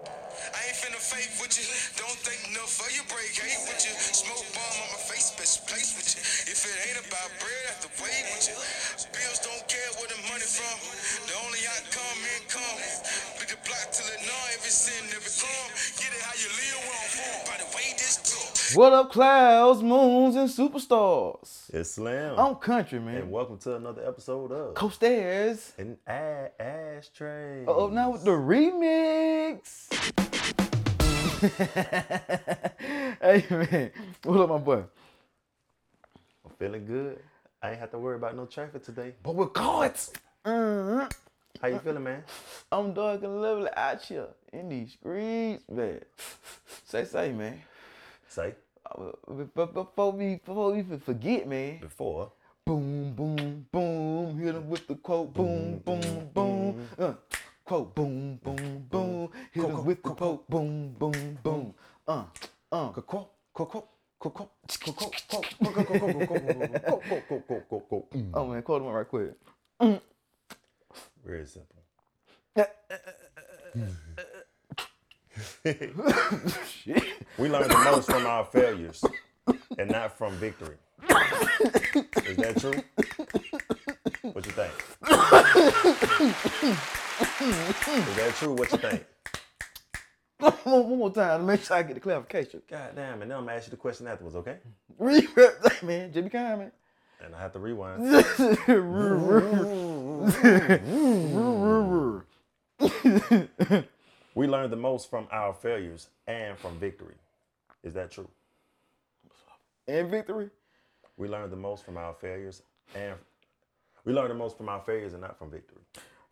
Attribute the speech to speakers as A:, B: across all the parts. A: I ain't finna fake with you. Don't think no for you break hate with you. Smoke bomb on my face, bitch, place with you. If it ain't about bread, I have to wait with you. Bills don't care where the money from. The only outcome in come. Be the block till it know every sin, every crumb. Get it how you live, we don't form. By the way, this talk.
B: What up, clouds, moons, and superstars?
C: It's Slim,
B: I'm country,
C: and
B: man.
C: welcome to another episode of
B: Coastairs.
C: an a- ashtray.
B: Oh, now with the remix. hey, man. What up, my boy?
C: I'm feeling good. I ain't have to worry about no traffic today.
B: But we're caught. Mhm.
C: How you feeling, man?
B: I'm dark and lovely out here in these streets, man. Say, say, man.
C: Say
B: Uh, be- be- Before we, before we forget, man.
C: before.
B: Boom, boom, boom. Hit 'em with the quote. Boom, boom, boom. Uh, quote. Boom, boom, boom. Hit 'em with the quote. Boom, boom, boom. Uh, uh. Oh man, quote him right quick.
C: Very simple.
B: Shit.
C: We learn the most from our failures and not from victory. Is that true? What you think? Is that true? What you think?
B: One more one more time to make sure I get the clarification.
C: God damn, and then I'm gonna ask you the question afterwards, okay?
B: Re-rep that man, Jimmy Kyle, man.
C: And I have to rewind. We learn the most from our failures and from victory. Is that true?
B: And victory.
C: We learn the most from our failures and we learn the most from our failures and not from victory.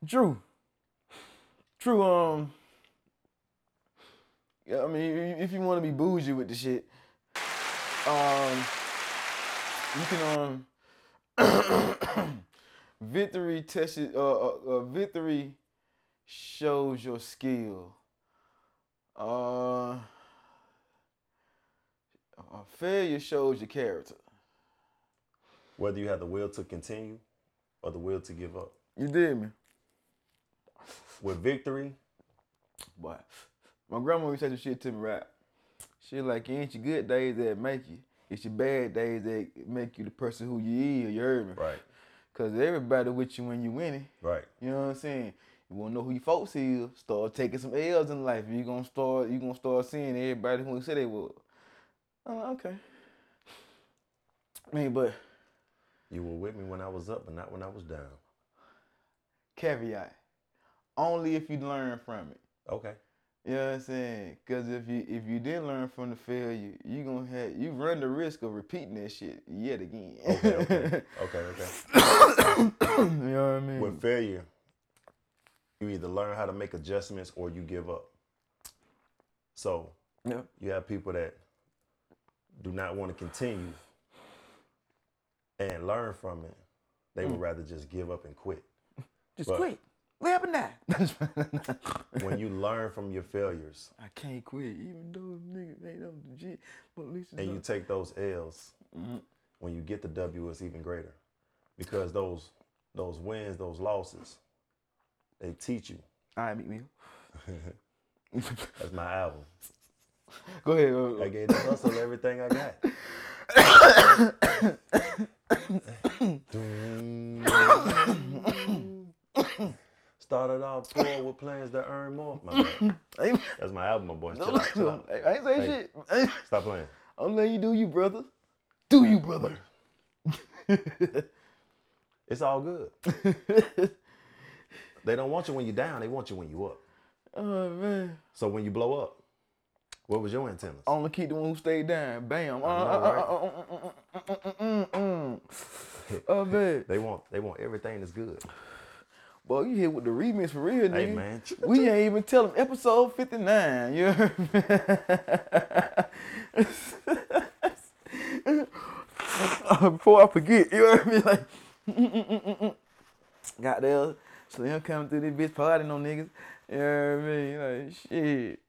B: Drew. True. Um. Yeah, I mean, i- if you want to be bougie with the shit, um, you can um. victory tested. Uh, uh, uh, victory shows your skill. Uh, uh, failure shows your character.
C: Whether you have the will to continue or the will to give up.
B: You did me,
C: With victory,
B: but my grandma always said this shit to me, right? She like, it ain't your good days that make you. It's your bad days that make you the person who you is. You heard me?
C: right,
B: Cause everybody with you when you winning.
C: right,
B: You know what I'm saying? You wanna know who your folks is? Start taking some L's in life. You gonna start. You gonna start seeing everybody who you said they was. I'm like, okay. I mean, but
C: you were with me when I was up, but not when I was down.
B: caveat: only if you learn from it.
C: Okay,
B: You know what I'm saying? Cause if you if you didn't learn from the failure, you gonna have you run the risk of repeating that shit yet again.
C: okay, okay, okay, okay.
B: you know what I mean?
C: With failure, you either learn how to make adjustments or you give up. So
B: yeah.
C: you have people that do not want to continue and learn from it. They would rather just give up and quit.
B: Just
C: But-
B: quit. What happened now?
C: When you learn from your failures
B: I can't quit, even though niggas ain't up to shit. But at least it's
C: and you
B: not.
C: take those L's, when you get the W, it's even greater because those those wins, those losses, they teach you.
B: All right, meet me.
C: That's my album.
B: Go ahead.
C: I
B: uh,
C: gave the hustle everything I got. Started off poor with plans to earn more. My bad.
B: I ain't,
C: That's my album, my boy. Chill out, chill out.
B: I ain't saying
C: Hey,
B: shit. I ain't-
C: Stop playing.
B: I'm letting you do you, brother. Do you, brother?
C: It's all good. They don't want you when you're down. They want you when you up.
B: Oh man.
C: So when you blow up, what was your antennas?
B: Only keep the one who stayed down. Bam. Uh, Oh, uh,
C: know, right?
B: uh, uh, uh, uh, uh, uh, uh, uh, uh. Oh man.
C: They want they want everything that's good.
B: Boy, you here with the remix for real, nigga.
C: Hey, man.
B: We ain't even tell them episode 59. You heard me? Before I forget, you heard me? Like, goddamn, Slim coming through this bitch party, no niggas. You heard me? Like, shit.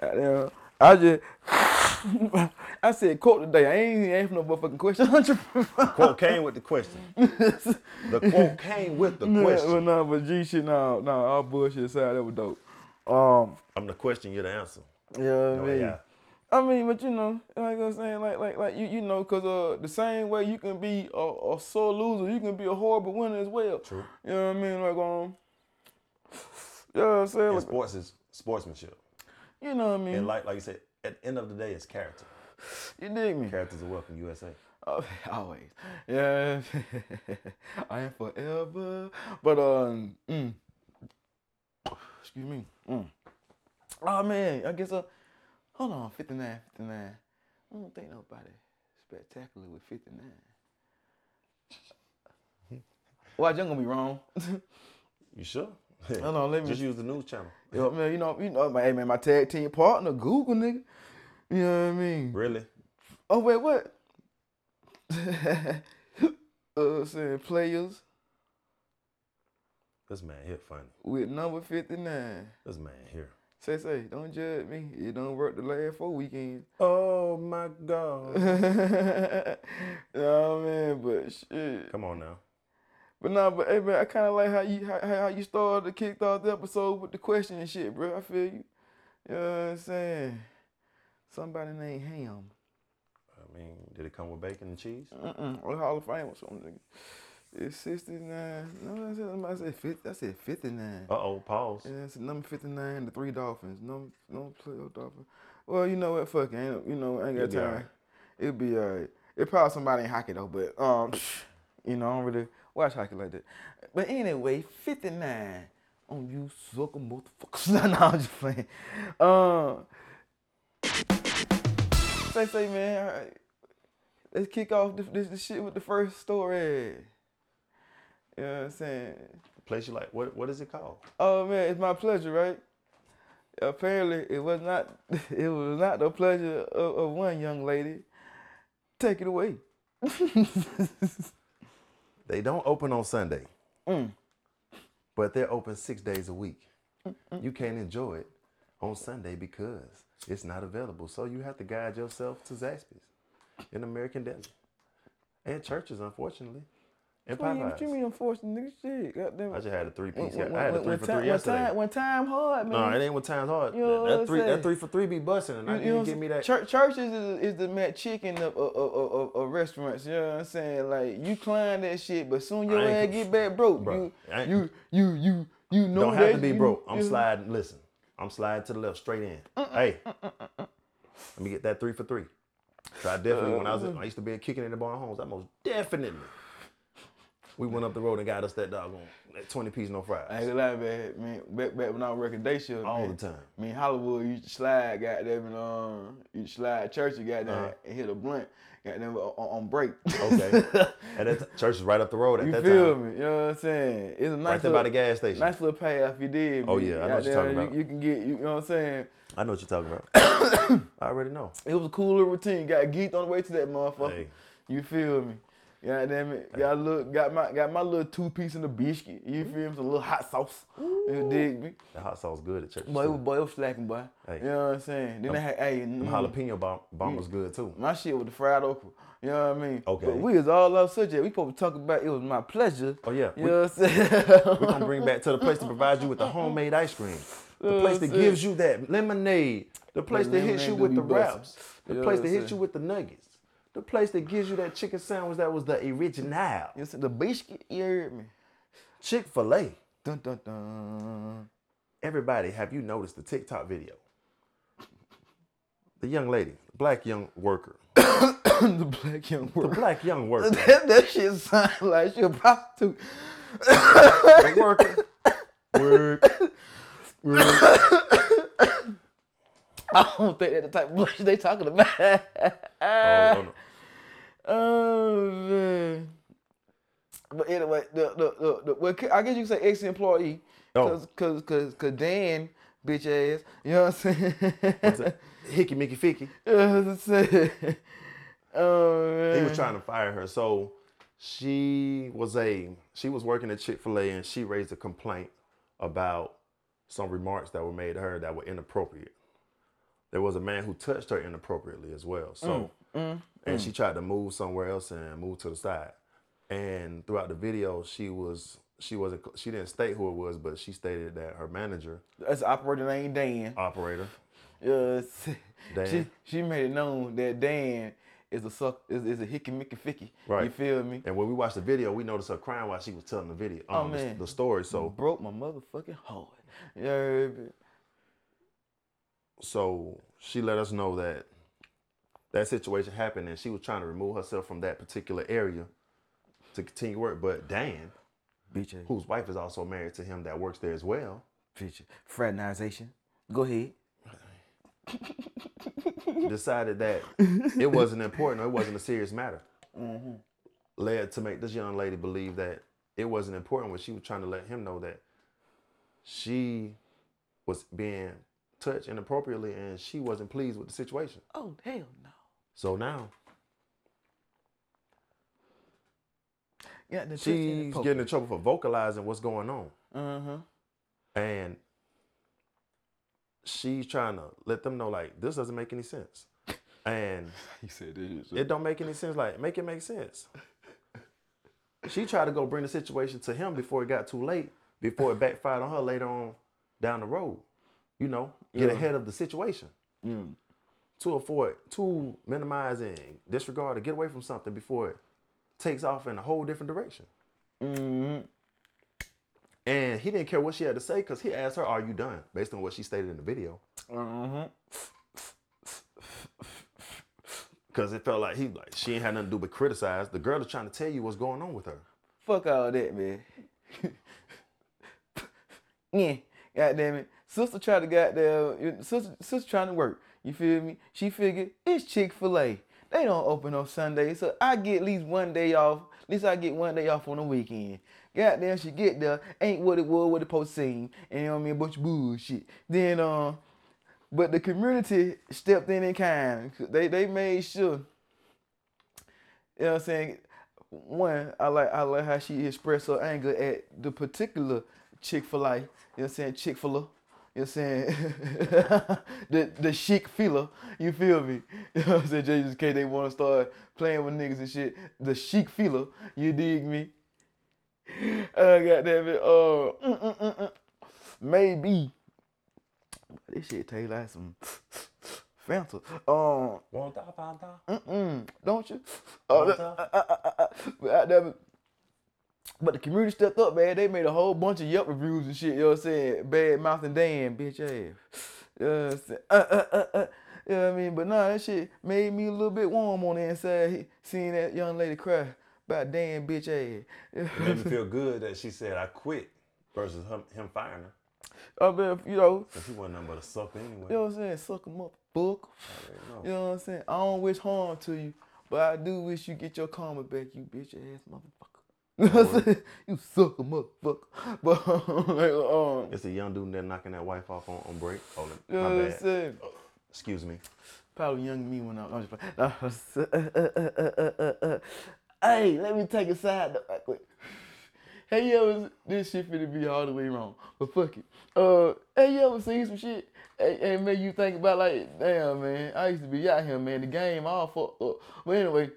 B: Goddamn. I just, I said quote today. I ain't even ask no motherfucking question.
C: Quote came with the question. The quote came with the
B: Yeah,
C: question.
B: But nah, but G shit, no, no, all bullshit aside, that was dope. Um,
C: I'm the question, you're the answer.
B: you know what
C: No,
B: I mean?
C: Oh, yeah.
B: I mean, but you know, like I'm saying, like like like you you know, cause uh the same way you can be a, a sore loser, you can be a horrible winner as well.
C: True.
B: You know what I mean? Like um, you know what I'm saying?
C: And
B: Like,
C: sports is sportsmanship.
B: you know what I mean?
C: And like like you said, at the end of the day, it's character.
B: you dig me?
C: Characters are welcome USA.
B: Oh, always. Yeah, I am forever. But um, mm. excuse me. Mm. Oh man, I guess uh, hold on, 59, 59. I don't think nobody spectacular with 59. Watch, I'm gonna be wrong.
C: You sure?
B: Hold on, let me-
C: just use the news channel.
B: Yo, man, you know, you know, my, hey man, my tag team partner, Google nigga. You know what I mean?
C: Really?
B: Oh wait, what? uh, saying players
C: This man here funny.
B: with number fifty nine.
C: This man here.
B: Say say, don't judge me. It don't work the last four weekends.
C: Oh my God.
B: oh man, but shit.
C: Come on now.
B: But nah, but hey man, I kind of like how you how, how you started kicked off the episode with the question and shit, bro. I feel you. You know what I'm saying? Somebody named Ham.
C: I mean, did it come with bacon and cheese?
B: Mm-mm. Or Hall of Fame or something. It's 69. No, I said, somebody said 50. I said 59.
C: Uh oh, pause.
B: Yeah, it's number 59, the three Dolphins. No, no playoff Dolphins. Well, you know what? Fuck it. Ain't, you know, I ain't
C: It'll
B: got
C: be
B: time.
C: alright.
B: It'll be all right. It probably somebody in hockey, though, but, um, you know, I don't really watch hockey like that. But anyway, 59 on you sucker motherfuckers. no, no, I'm just playing. Um, say, say, man, all right. let's kick off this, this, this shit with the first story. You know what I'm saying?
C: Place you like, what, what is it called?
B: Oh man, it's my pleasure, right? Apparently, it was not. It was not the pleasure of, of one young lady. Take it away.
C: They don't open on Sunday,
B: Mm.
C: but they're open six days a week. You can't enjoy it on Sunday because it's not available. So you have to guide yourself to Zaxby's in American Deli and churches, unfortunately, and
B: What you- what you
C: Popeyes.
B: mean, unfortunate nigga? Shit, goddamn.
C: I just had a three
B: When-
C: piece.
B: when-
C: I had a
B: when-
C: three
B: when
C: for
B: time-
C: three
B: when
C: yesterday.
B: time- When time hard,
C: No,
B: man.
C: it ain't what time's hard.
B: You know what
C: That
B: I'm
C: three,
B: saying?
C: that three for three be busting, and I
B: You- you know
C: didn't
B: what I'm
C: give me that.
B: saying? Chur- churches is, is the mad chicken of, of, of, of, of restaurants. You know what I'm saying? Like you climb that shit, but soon your
C: I
B: ass
C: ain't conf-
B: get back broke.
C: Bruh,
B: You,
C: I ain't-
B: you you you you know
C: Don't have
B: that
C: to be
B: you-
C: broke. I'm
B: you-
C: sliding. Listen, I'm sliding to the left, straight in.
B: Uh,
C: Hey, let me get that three for three. 'Cause I definitely when I was
B: Uh.
C: I used to be a kicking in the barn homes. I most definitely. We went up the road and got us that doggone that twenty piece no
B: I ain't
C: fries
B: gonna lie, man. Man, back, back when I was working day shift,
C: all
B: man,
C: the time.
B: I mean, Hollywood, you slide, goddamn, and um, you slide church, you goddamn,
C: Uh-huh.
B: and hit a blunt, goddamn, on, on on break.
C: Okay, and that church is right up the road at
B: you
C: that
B: feel
C: time,
B: me? You know what I'm saying? It's a nice
C: right there
B: little,
C: by the gas station.
B: nice little payoff you did.
C: Oh,
B: man.
C: yeah, I know what you're
B: Goddamn,
C: talking about.
B: You, you can get, you, know what I'm saying?
C: I know what you're talking about. I already know.
B: It was a cool little routine. Got geeked on the way to that motherfucker.
C: Hey.
B: You feel me? Goddamn it! Got a little, got my, got my little two piece in the biscuit. You feel me? Some little hot sauce. You dig me?
C: The hot sauce good at church.
B: Boy, it
C: too.
B: was, boy, it was slacking, boy.
C: Hey.
B: You know what I'm saying? Then they had, hey, mm,
C: Them jalapeno bomb, bomb was good too.
B: my shit with the fried okra. You know what I mean?
C: Okay.
B: But we was all up subject. We supposed to talk about it was my pleasure.
C: Oh, yeah.
B: You
C: We-
B: know what I'm saying?
C: We're gonna bring back to the place that provides you with the homemade ice cream. The
B: Uh,
C: place that
B: that's it.
C: gives you that lemonade. The place that hits
B: lemonade
C: you
B: do
C: with
B: be
C: the
B: bussin'.
C: wraps. The
B: Yeah,
C: place that
B: that's
C: hits
B: it.
C: you with the nuggets. The place that gives you that chicken sandwich that was the original.
B: you said the biscuit, you heard me?
C: Chick fil A.
B: Dun dun dun.
C: Everybody, have you noticed the TikTok video? The young lady, black young worker.
B: the black young
C: The
B: worker.
C: black young worker.
B: that, that shit sound like she a prostitute.
C: The worker. Work. Work.
B: I don't think that the type of bullshit they talking about.
C: Oh, no, no.
B: oh man. But anyway, the the the, the well, I guess you can say ex employee,
C: Oh.
B: cause, cause cause cause Dan bitch ass. You know what I'm saying?
C: It's a Hickey Mickey Ficky.
B: You know what I'm saying? Oh man.
C: He was trying to fire her. So she was a she was working at Chick Fil A and she raised a complaint about some remarks that were made to her that were inappropriate. There was a man who touched her inappropriately as well. So
B: Mm,
C: and she tried to move somewhere else and move to the side. And throughout the video, she was she wasn't she didn't state who it was, but she stated that her manager
B: That's operator named Dan.
C: operator.
B: Yes.
C: Dan.
B: She she made it known that Dan is a suck is, is a hickey mickey ficky. You
C: Right.
B: feel me?
C: And when we watched the video, we noticed her crying while she was telling the video, um, the-
B: Oh, man.
C: The, story. So
B: Broke my motherfucking heart. Yeah.
C: so she let us know that that situation happened and she was trying to remove herself from that particular area to continue work. But Dan,
B: Bitch ass.
C: whose wife is also married to him that works there as well,
B: Bitch. Fraternization. Go ahead.
C: decided that it wasn't important or it wasn't a serious matter. Led to make this young lady believe that it wasn't important when she was trying to let him know that she was being touched inappropriately and she wasn't pleased with the situation.
B: Oh hell no.
C: So now
B: Yeah, the
C: she's getting in trouble for vocalizing what's going on.
B: uh-huh.
C: And she's trying to let them know like this doesn't make any sense. And
B: He said this.
C: It don't make any sense. Like, make it make sense. She tried to go bring the situation to him before it got too late, before it backfired on her later on down the road. You know, get ahead of the situation. To avoid, to minimize and disregard or get away from something before it takes off in a whole different direction. And he didn't care what she had to say because he asked her, Are you done? based on what she stated in the video. Because it felt like he like she ain't had nothing to do but criticize. The girl is trying to tell you what's going on with her.
B: Fuck all that, man. yeah, goddamn it. Sister tried to goddamn sister sister trying to work. You feel me? She figured it's Chick Fil A. They don't open on Sunday, so I get at least one day off. At least I get one day off on the weekend. Goddamn, she get there ain't what it was, what it post seemed, and you know what I mean, a bunch of bullshit. Then uh, but the community stepped in in kind. They they made sure you know what I'm saying? One, I like I like how she expressed her anger at the particular Chick-fil-A, you know what I'm saying, Chick-fil-A. You know what I'm saying? the the chic filler, you feel me? You know what I'm saying? Just in case they wanna start playing with niggas and shit. The chic filler, you dig me? Oh goddamn it. Uh mm, mm, mm, mm. maybe this shit taste like some Fanta. Um Oh, Mm-mm, don't you? Oh, that- uh, uh, uh, uh, but, I never- but the community stepped up, man. They made a whole bunch of Yelp reviews and shit. You know what I'm saying? Bad mouth and damn, bitch ass. You know what I'm saying? Uh, uh, uh, uh. You know what I mean? But nah, that shit made me a little bit warm on the inside, he- seeing that young lady cry about damn bitch ass. You know
C: It made me feel good that she said I quit versus him, him firing her.
B: I mean, you know,
C: Cause he wasn't nothing but a sucker anyway.
B: you know what I'm saying? Suck 'em up, book.
C: No.
B: You know what I'm saying? I don't wish harm to you, but I do wish you get your karma back, you bitch ass motherfucker. You know what I'm saying? You suck a motherfucker. But like, um,
C: It's a young dude there knocking that wife off on, on break. Oh,
B: you know
C: my
B: what I'm
C: bad.
B: saying?
C: Excuse me.
B: Probably young me when I was just playing. I was, uh, uh, uh, uh, uh, uh. Hey, let me take a side note right quick. Hey, you ever this shit finna be all the way wrong, but fuck it. Uh, hey, you ever seen some shit and, and make you think about like, damn man, I used to be out here, man. The game all fucked up. But anyway,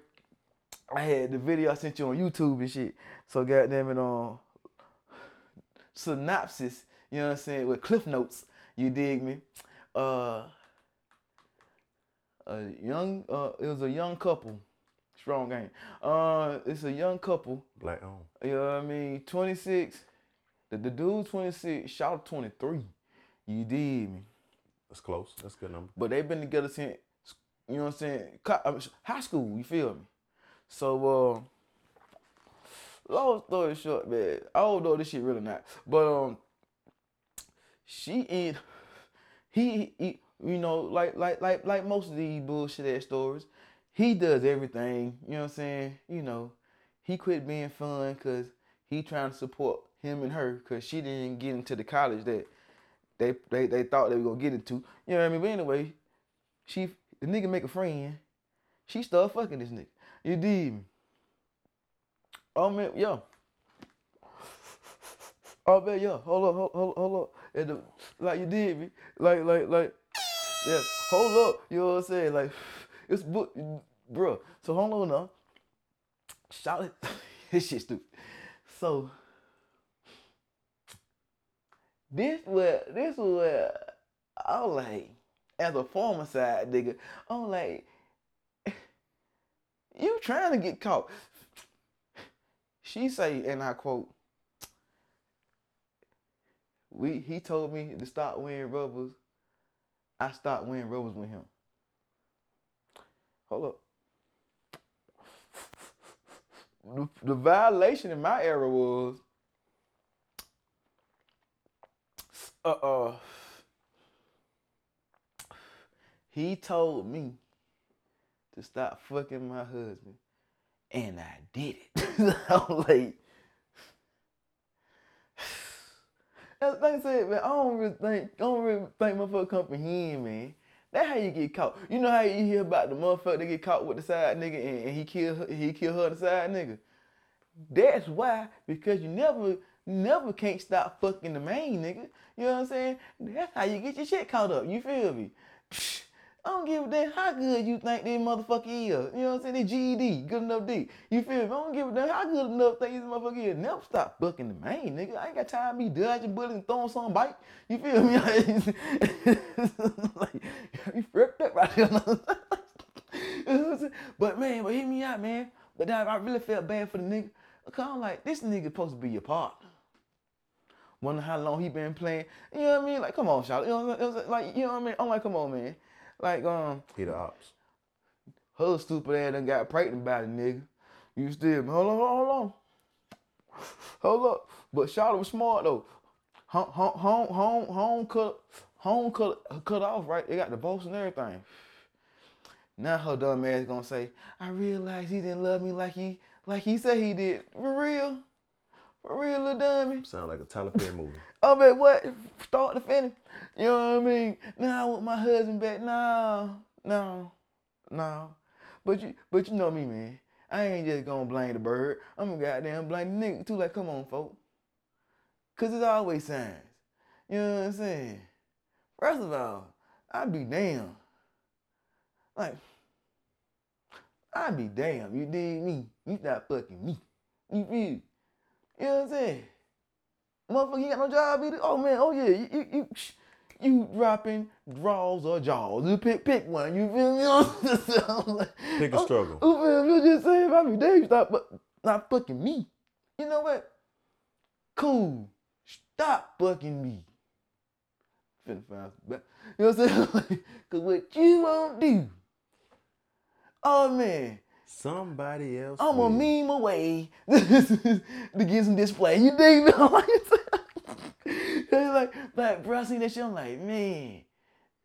B: I had the video I sent you on YouTube and shit. So goddamn it, um, synopsis. You know what I'm saying with cliff notes. You dig me? Uh a young uh it was a young couple strong game uh it's a young couple
C: Black on.
B: you know what i mean 26 the, the dude 26 shot 23 you did me
C: That's close. That's a good number.
B: but they've been together since you know what i'm saying co- I mean, high school you feel me so uh long story short man i don't know this shit really not but um she in he, he you know like like like like most of these bullshit ass stories he does everything you know what i'm saying you know he quit being fun because he trying to support him and her because she didn't get into the college that they, they they thought they were gonna get into you know what i mean but anyway she the nigga make a friend she start fucking this nigga you did me oh man yo Oh man, yeah. Hold up, hold, hold, hold up. And the, like you did me, like, like, like, yeah. Hold up. You know what I'm saying? Like, it's book, bruh. So hold on now. Shout it. this shit stupid. So This what this what I was like as a former side nigga. I'm like, you trying to get caught? She say, and I quote, "We he told me to stop wearing rubbers. I stopped wearing rubbers with him." Hold up. The, the violation in my era was uh uh he told me to stop fucking my husband and I did it. I'm like That's like I said, man, I don't really think I don't really think motherfucker comprehend, man. That's how you get caught. You know how you hear about the motherfucker that get caught with the side nigga and, and he kill her, he kill her the side nigga. That's why, because you never, never can't stop fucking the main nigga. You know what I'm saying? That's how you get your shit caught up. You feel me? Psh, I don't give a damn how good you think this motherfucker is. You know what I'm saying? This GED, good enough D. You feel me? I don't give a damn how good enough think this motherfucker is. Never stop fucking the main nigga. I ain't got time to be dodging bullets and throwing some bite. You feel me? like, you freaked up right there. You know what I'm saying? but man, but hear me out, man. But dog, I really felt bad for the nigga. Cause I'm like, this nigga supposed to be your partner. Wonder how long he been playing. You know what I mean? Like, come on, shout. You know what I'm saying? Like, you know what I mean? I'm like, come on, man. Like, um,
C: He the ops.
B: her stupid ass done got pregnant by the nigga. You still hold on, hold on, hold on. Hold up. But Charlotte was smart though. Home, home, home, home, home cut, home cut, cut off right. They got divorced and everything. Now her dumb ass gonna say, I realized he didn't love me like he, like he said he did. For real, for real, little dummy.
C: Sound like a Tyler Perry movie.
B: I mean, Oh, what? Start to finish. You know what I mean? Now I want my husband back. No, no, no. But you, but you know me, man. I ain't just gonna blame the bird. I'm gonna goddamn blame the nigga too. Like, come on, folk. Cause it's always signs. You know what I'm saying? First of all, I'd be damned. Like, I'd be damned. You dig me? You not fucking me. You feel? You know what I'm saying? Motherfucker, you got no job either. Oh man, oh yeah, you you you, sh- you dropping draws or jaws. You pick pick one. You feel me? I'm like,
C: Pick a
B: oh,
C: struggle.
B: You feel me? You just saying about me, Dave. Stop, but not fucking me. You know what? Cool. Stop fucking me. Finna find some ba- You know what I'm saying? Cause what you won't do. Oh man.
C: Somebody else.
B: I'm
C: will.
B: a meme away to get some display. You dig me? I'm like, they like, like, bro, I seen that shit. I'm like, man,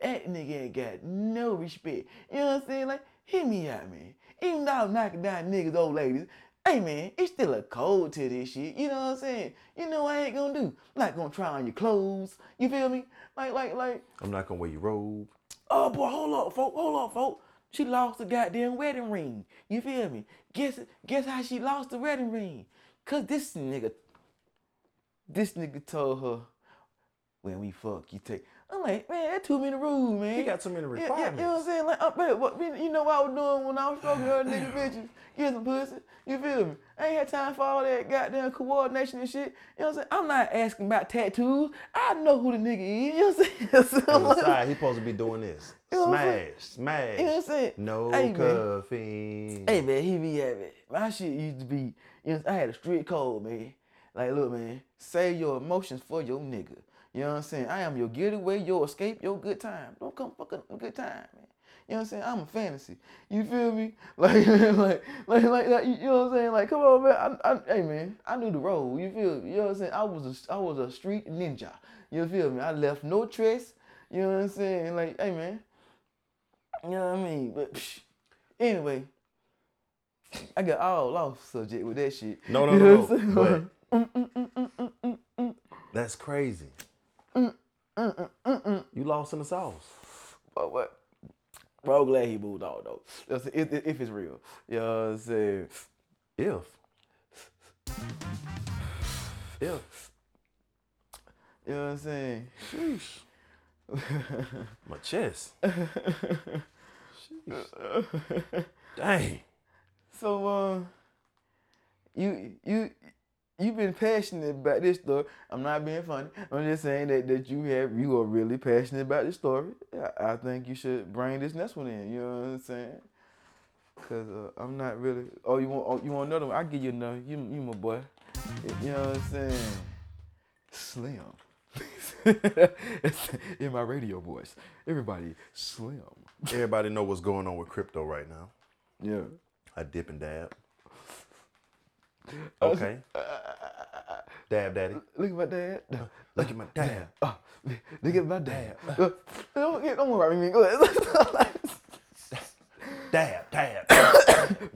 B: that nigga ain't got no respect. You know what I'm saying? Like, hit me out, man. Even though I'm knocking down niggas, old ladies, hey, man, it's still a code to this shit. You know what I'm saying? You know what I ain't gonna do? I'm not gonna try on your clothes. You feel me? Like, like, like,
C: I'm not gonna wear your robe.
B: Oh boy, hold up, folk, hold up, folk. She lost the goddamn wedding ring. You feel me? Guess guess how she lost the wedding ring? Cause this nigga, this nigga told her, when we fuck, you take. I'm like, man, that too many rules, man.
C: He got too many
B: Yeah, yeah, you know what I'm
C: requirements.
B: saying? Like, I bet what you know what I was doing when I was fucking other nigga bitches, get some pussy. You feel me? I ain't had time for all that goddamn coordination and shit. You know what I'm saying? I'm not asking about tattoos. I know who the nigga is. You know what I'm saying? So,
C: On the
B: like-
C: side, he supposed to be doing this.
B: You know what I'm
C: Smash, smash.
B: You know what I'm saying?
C: No
B: Hey, man.
C: cuffing.
B: Hey man, he be at it. My shit used to be, you know, I had a street code, man. Like, look, man, save your emotions for your nigga. You know what I'm saying? I am your getaway, your escape, your good time. Don't come fucking up a good time, man. You know what I'm saying? I'm a fantasy. You feel me? Like, like, like, like, like, you know what I'm saying? Like, come on, man. I, I, hey, man, I knew the road. You feel me? You know what I'm saying? I was, a, I was a street ninja. You feel me? I left no trace. You know what I'm saying? Like, hey, man. You know what I mean? But psh, anyway, I got all off subject with that shit.
C: No, no,
B: You know
C: no.
B: what I'm saying? Mm,
C: no. But that's crazy.
B: Mm,
C: You lost in the sauce.
B: But what? Bro, I'm glad he moved on though. That's- If, if- if it's real, you know what I'm saying?
C: If. If.
B: You know what I'm saying?
C: Sheesh. My chest. Sheesh. Dang.
B: So, uh, um, you you you've been passionate about this story. I'm not being funny. I'm just saying that, that you have you are really passionate about this story. I, I think you should bring this next one in. You know what I'm saying? Cause uh, I'm not really. Oh, you want oh, you want another one? I give you another. You you my boy. You know what I'm saying? Slim. It's in my radio voice, everybody slim.
C: Everybody know what's going on with crypto right now.
B: Yeah.
C: I dip and dab. Okay. Dab daddy.
B: Look at my dad. No.
C: Look at my dab.
B: Uh, look at my dad. Uh, don't get don't worry about me. Go ahead.
C: Dab, dab.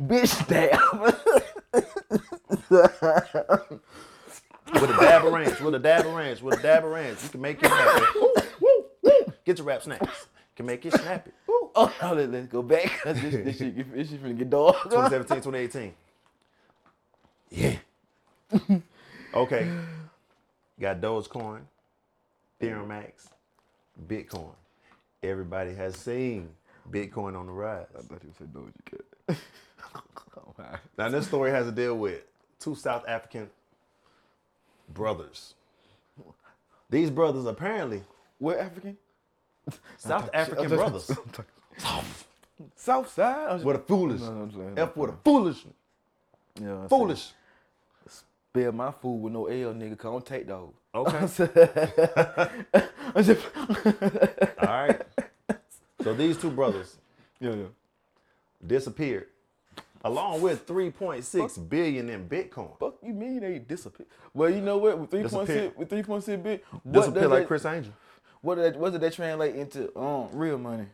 B: Bitch dab.
C: with a dab of ranch, with a dab of ranch, with a dab of ranch. You can make it happen. Woo, woo, woo. Get your rap snaps. Can make it snappy.
B: Ooh, oh, no, let, let's go back. 'cause this, this, shit, this shit finna get dog.
C: 2017, 2018. Yeah. okay. Got Dogecoin, Ethereum Max, Bitcoin. Everybody has seen Bitcoin on the rise.
B: thought you said Doja Cat. oh, my.
C: Now this story has to deal with two South African brothers. These brothers apparently
B: What African?
C: South African brothers.
B: South side? I'm just-
C: What a foolish.
B: No, no, I'm saying-
C: F what a foolish.
B: Yeah, I'm saying-
C: Foolish.
B: Spell my food with no L, nigga. Cause I don't take those.
C: Okay.
B: I'm just-
C: All right. So these two brothers
B: yeah, yeah.
C: disappeared along with 3.6 billion in Bitcoin.
B: Fuck you mean they disappear? Well, you know what? With three point
C: Disappear.
B: six, with three point six bit, what
C: Disappear
B: does
C: like
B: that-
C: Chris Angel.
B: What did that, what did that translate into? Um, real money.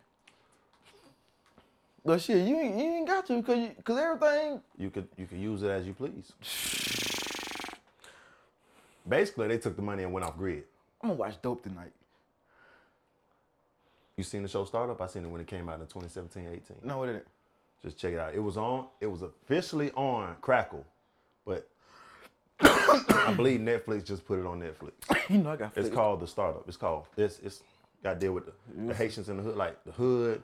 B: Well, shit, you ain't, you ain't got to, cause you, cause everything.
C: You could you could use it as you please. Basically, they took the money and went off grid.
B: I'm gonna watch dope tonight.
C: You seen the show Startup? I seen it when it came out in 2017, 18.
B: No, it ain't.
C: Just check it out. It was on. It was officially on Crackle, but I believe Netflix just put it on Netflix.
B: You know I got.
C: It's
B: flick-
C: called the Startup. It's called it's it's got to deal with the, the Haitians in the hood, like the hood,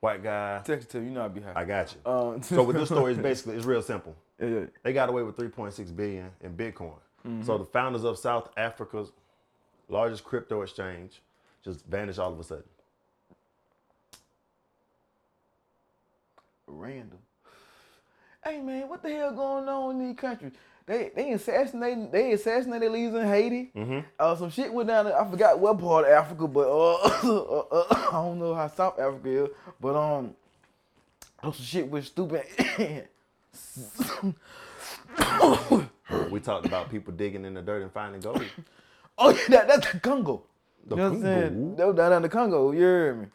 C: white guy.
B: Text it to you. You know I'd be high.
C: I got you.
B: Um,
C: so with this story, it's basically it's real simple.
B: Yeah, yeah.
C: They got away with 3.6 billion in Bitcoin. So the founders of South Africa's largest crypto exchange just vanished all of a sudden.
B: Random. Hey man, what the hell going on in these countries? They they assassinating they assassinated leaders in Haiti. Mm-hmm. Uh, some shit went down. There. I forgot what part of Africa, but uh, uh, uh, I don't know how South Africa is, but um, some shit was stupid.
C: We talked about people digging in the dirt and finding gold.
B: oh yeah, that, that's the Congo.
C: The
B: you know what I'm saying?
C: Congo?
B: That was down in the Congo. You hear me?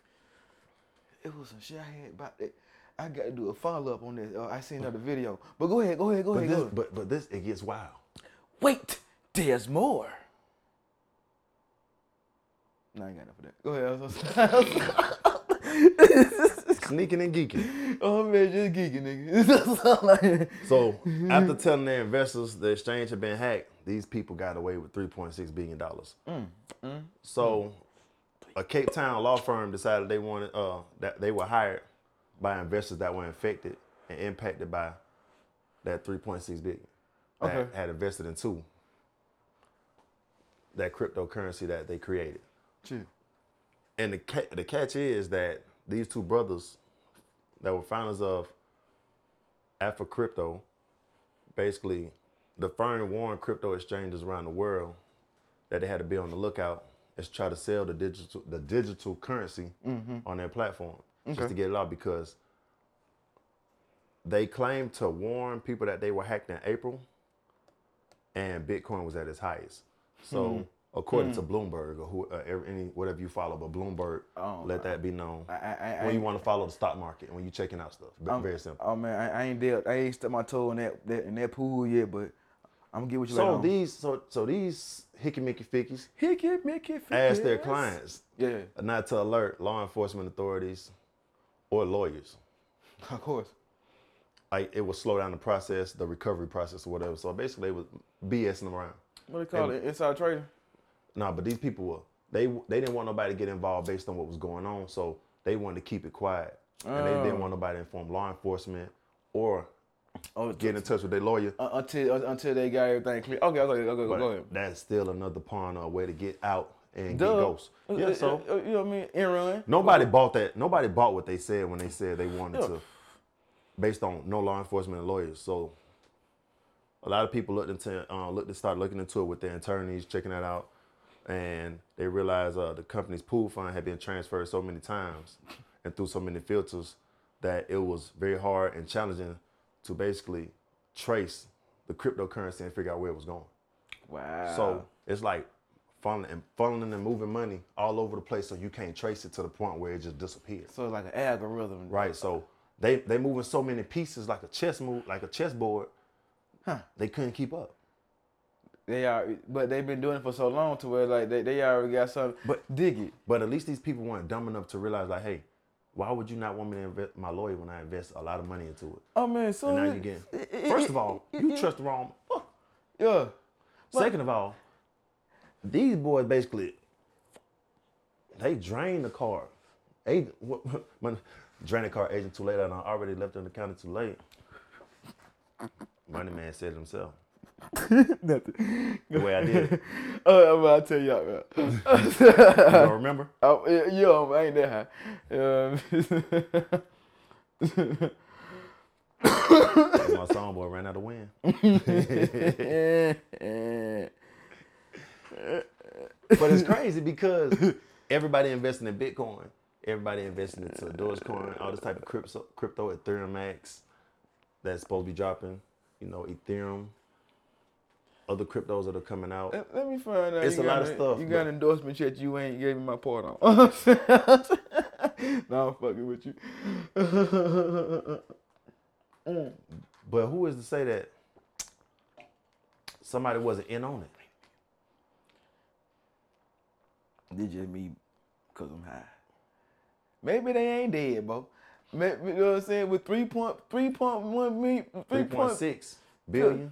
B: It was some shit I had about that. I got to do a follow up on this. Uh, I seen another video, but go ahead, go ahead, go
C: But
B: ahead.
C: this,
B: go ahead.
C: but, but this it gets wild.
B: Wait, there's more. No, I ain't got enough of that. Go ahead. I'm so sorry.
C: Sneaking and geeking.
B: oh man, just geeking, nigga. That's all I-
C: So after telling their investors the exchange had been hacked, these people got away with 3.6 billion dollars. So a Cape Town law firm decided they wanted uh, that they were hired by investors that were infected and impacted by that 3.6 billion that
B: Okay.
C: had invested in two that cryptocurrency that they created.
B: Shit.
C: And the ca- the catch is that these two brothers that were founders of Alpha Crypto, basically, the firm warned crypto exchanges around the world that they had to be on the lookout is try to sell the digital the digital currency
B: Mm-hmm.
C: on their platform just to get it out because they claimed to warn people that they were hacked in April, and Bitcoin was at its highest. So.
B: Hmm.
C: According to Bloomberg or who, uh, every- any whatever you follow, but Bloomberg,
B: Oh,
C: let that be known
B: I, I, I,
C: when you want to follow the stock market when you're checking out stuff. Ve- Very simple.
B: Oh man, I, I ain't dealt. I ain't stuck my toe in that, that in that pool yet, but I'm gonna get what you
C: So
B: later on.
C: these, so so these hickey mickey fickies
B: He can make it fit.
C: asked their clients
B: Yeah,
C: not to alert law enforcement authorities or lawyers.
B: of course.
C: Like it will slow down the process, the recovery process, or whatever. So basically, they was BSing around.
B: What do they call it? Inside trading.
C: Nah, but these people were they they didn't want nobody to get involved based on what was going on, so they wanted to keep it quiet, and they didn't want nobody to inform law enforcement or
B: Oh,
C: Get in touch with their lawyer.
B: un- until un- until they got everything clear. Okay, okay, okay, okay
C: But
B: go ahead.
C: that's still another pawn or a way to get out and
B: Duh.
C: get ghosts.
B: Uh,
C: Yeah,
B: uh,
C: so
B: uh, you know what I mean? In run.
C: nobody bought that. Nobody bought what they said when they said they wanted
B: Yeah.
C: to, based on no law enforcement and lawyers. So a lot of people looked into, uh, looked to start looking into it with their attorneys, checking that out, and they realized uh, the company's pool fund had been transferred so many times and through so many filters that it was very hard and challenging to basically trace the cryptocurrency and figure out where it was going.
B: Wow.
C: So it's like funneling and funneling and moving money all over the place, so you can't trace it to the point where it just disappears.
B: so it's like an algorithm.
C: Right. So they they moving so many pieces like a chess move, like a chessboard. They couldn't keep up.
B: They are, but they've been doing it for so long to where like they, they already got something.
C: But-
B: dig it.
C: But at least these people weren't dumb enough to realize like, hey, why would you not want me to invest my lawyer when I invest a lot of money into it?
B: Oh man, so
C: And now
B: it-
C: you get.
B: it- it-
C: First
B: it-
C: of all, you trust the wrong.
B: yeah.
C: Second of all, these boys basically they drain the car. Agent, what, when, drain the car agent too late, and I already left on the counter too late. Money man said it himself.
B: Nothing.
C: The way I did it.
B: Uh, but I'll tell y'all. Man.
C: You don't remember?
B: Oh, yeah, yeah, I ain't that high. Um,
C: My song boy ran out of wind. But it's crazy because everybody investing in Bitcoin, everybody investing into Dogecoin, all this type of crypto, crypto Ethereum Max that's supposed to be dropping, you know, Ethereum, other cryptos that are coming out.
B: Let let me find out.
C: It's
B: you
C: a
B: got
C: lot of stuff,
B: You got
C: but-
B: an endorsement yet? You ain't gave me my part on. no, I'm fucking with you.
C: But who is to say that somebody wasn't in on it?
B: This just me, cause I'm high. Maybe they ain't dead, bro. Maybe, you know what I'm saying? With three point three point one million, three point
C: 3.6 billion.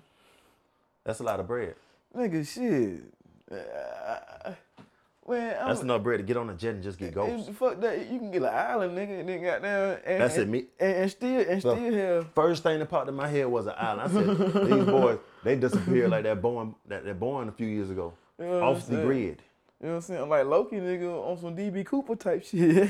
C: That's a lot of bread.
B: Nigga, shit. Uh, man, I'm,
C: That's enough bread to get on a jet and just get ghosts.
B: it- fuck that. You can get an island, nigga, and then got down. And,
C: That's it,
B: and,
C: me-
B: And, and still, and
C: So-
B: still have.
C: First thing that popped in my head was an island. I said, these boys, they disappeared like that Boeing, that, that Boeing a few years ago.
B: You know what
C: Off
B: I'm
C: the
B: saying?
C: grid.
B: You know what I'm saying? Like Loki, nigga, on some DB Cooper type shit.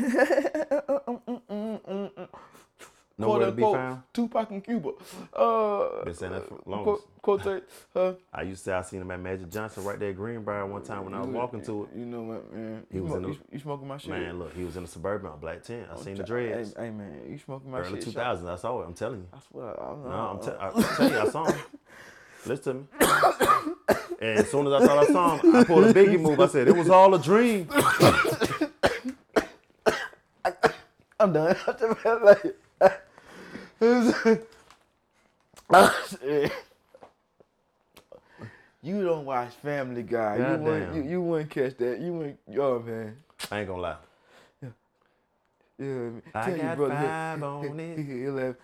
C: Nowhere to be
B: Quote,
C: found.
B: Tupac and Cuba. Uh,
C: Been saying that for long.
B: quote, quote, that, huh?
C: I used to say I seen him at Magic Johnson right there at Greenbrier one time when I was walking to it.
B: You know what, man?
C: He
B: you,
C: was
B: smoke-
C: in the-
B: you, you smoking my shit?
C: Man, look, he was in a suburban, a black tent. I seen the
B: Hey,
C: dreads.
B: hey, man, you smoking my
C: Early
B: shit?
C: 2000s, I saw it. I'm telling you.
B: I swear, I'm
C: No, I'm,
B: not.
C: tell I'm telling you, I saw him. Listen to me. And as soon as I thought I saw him, I pulled a biggie move. I said, it was all a dream.
B: I'm done. I'm just like, you don't watch Family Guy. You wouldn't, you,
C: Goddamn.
B: you wouldn't catch that. You wouldn't. Oh man.
C: I ain't gonna lie.
B: Yeah, man.
C: I
B: Tell your
C: got
B: brother,
C: five on it.
B: He left.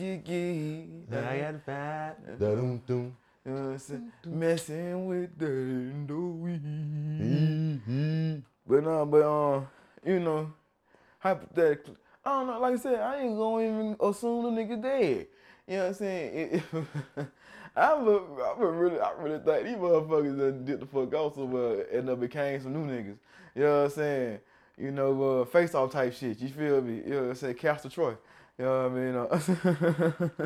B: You know
C: five. Da-dum-dum.
B: what I'm saying? Messing with dirty and the weed.
C: Mhm.
B: But no, but um, you know, hypothetically, I don't know. Like I said, I ain't gonna even assume the nigga dead. You know what I'm saying? It, I'm, a, I'm a really, I really think these motherfuckers done did the fuck off so well and done became some new niggas. You know what I'm saying? You know, uh, face off type shit. You feel me? You know what I'm saying? Castle Troy. You know what I mean?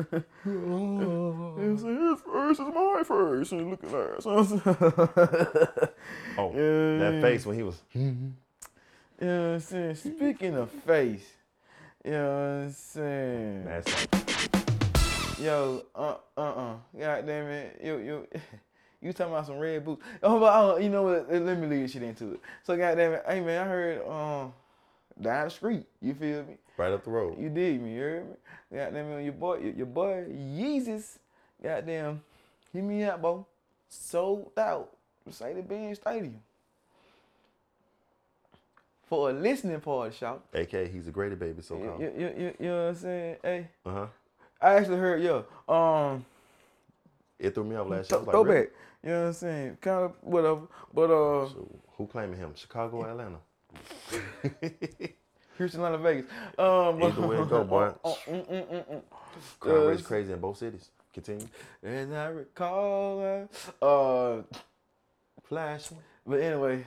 B: Uh, You know what I'm saying? His face is my face. And look at that. So I'm saying-
C: Oh,
B: Yeah.
C: that face when he was.
B: You know what I'm saying? Speaking of face, you know what I'm saying?
C: That's
B: Yo, uh, uh, uh, God damn it, you, you, you talking about some red boots? Oh, but oh, you know what? Let let me leave this shit into it. So, God damn it, hey man, I heard um, down the street. You feel me?
C: right up the road.
B: You dig me? You heard me? God damn it, your boy, your, your boy Yeezus, goddamn, hit me up, bro. Sold out, Mercedes-Benz Stadium for a listening party, shout.
C: AK, he's a greater baby, so
B: You,
C: called.
B: you, you, you, you know what I'm saying? Hey,
C: Uh huh.
B: I actually heard, yo, um,
C: It threw me off last year. I
B: th-
C: was like,
B: throwback.
C: really?
B: You know what I'm saying? Kind of whatever. But uh,
C: So who claiming him? Chicago, or Atlanta.
B: Houston, Atlanta, Vegas. Um,
C: Either way it go, boy. mm, Crime rate's
B: Yes.
C: crazy in both cities. Continue.
B: And I recall, uh, uh,
C: Flash.
B: but anyway,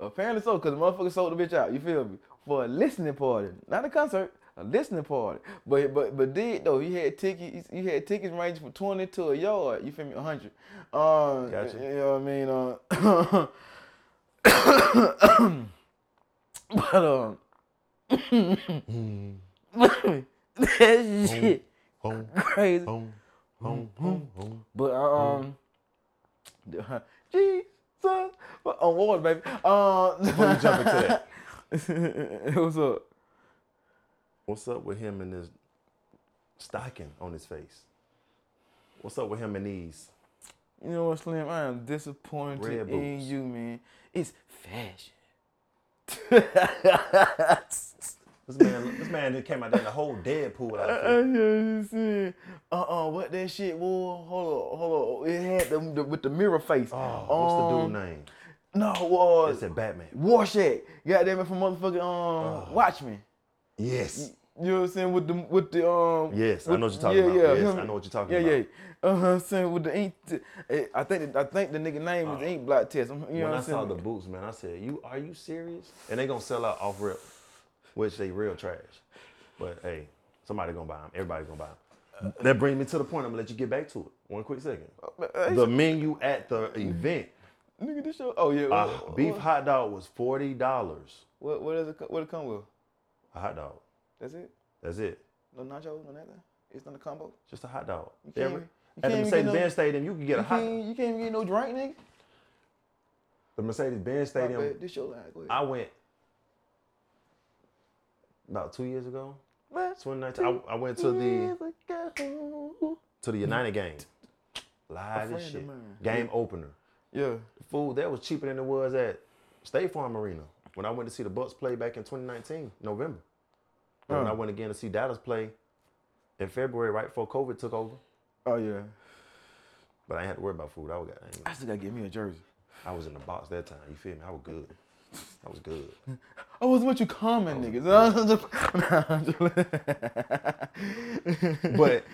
B: apparently so, cause the motherfucker sold the bitch out. You feel me? For a listening party, not a concert, a listening party. But but but did though you had tickets, you had tickets ranging from twenty to a yard. You feel me? A hundred. Um,
C: Gotcha.
B: You know what I mean? Uh, but um, that shit
C: Home,
B: crazy.
C: home, home, home, home.
B: But
C: uh,
B: um, Mm-hmm.
C: um,
B: Jesus, but
C: oh,
B: on water, baby. Um,
C: Before you jump into that,
B: what's up?
C: what's up with him and his stocking on his face? What's up with him and these?
B: You know what, Slim? I am disappointed
C: Red
B: in
C: boots.
B: you, man. It's fashion.
C: This man, this man just came out there in the whole Deadpool
B: I
C: outfit.
B: just said, uh-uh, what that shit wore? Hold on, hold on. It had the, the with the mirror face.
C: Oh, what's the
B: Um,
C: dude name?
B: No,
C: It's
B: uh,
C: a Oh. Batman.
B: Warshack. Goddamn it, from motherfucking um, Watchmen.
C: Yes.
B: You know what I'm saying with the with the um.
C: Yes, I
B: with-
C: know what you're talking about. Yes, I know what you're talking
B: yeah,
C: about.
B: Yeah, yeah. Uh huh. I'm saying with the ink. T- eh, I think the, I think the nigga name was ink block test. I'm- You know
C: Uh, when
B: what
C: I
B: I'm saying?
C: saw the boots, man, I said, "You are you serious?" And they gonna sell out off rip, which they real trash. But hey, somebody gonna buy them. Everybody gonna buy them.
B: Uh,
C: That brings me to the point. I'm gonna let you get back to it. One quick second. The menu at the event,
B: nigga, this show. Oh yeah.
C: uh,
B: what,
C: beef hot dog was forty dollars.
B: What what does it co- what it come with?
C: A hot dog.
B: That's it.
C: That's it.
B: No nachos, no nothing. It's not a combo.
C: Just a hot dog.
B: can't-
C: Every-
B: you
C: at
B: can't
C: the
B: even get no-
C: Mercedes-Benz Stadium, you can get a
B: You
C: hot.
B: can't you can't even get no drink, nigga.
C: The Mercedes-Benz
B: My
C: Stadium.
B: bad, This your line. Go ahead.
C: I went about two years ago.
B: Let's
C: 2019. I, I went to the
B: years ago.
C: to the United game. Live
B: friend
C: as
B: of
C: shit.
B: mine.
C: Game opener.
B: Yeah.
C: Food that was cheaper than it was at State Farm Arena when I went to see the Bucks play back in 2019 November. And When
B: Huh.
C: I went again to see Dallas play in February right before COVID took over.
B: Oh yeah.
C: But I ain't had to worry about food. I was, I, ain't-
B: I still gotta get me a jersey.
C: I was in the box that time. You feel me? I was good. I was good.
B: I wasn't with Oh, you common
C: Oh,
B: niggas.
C: But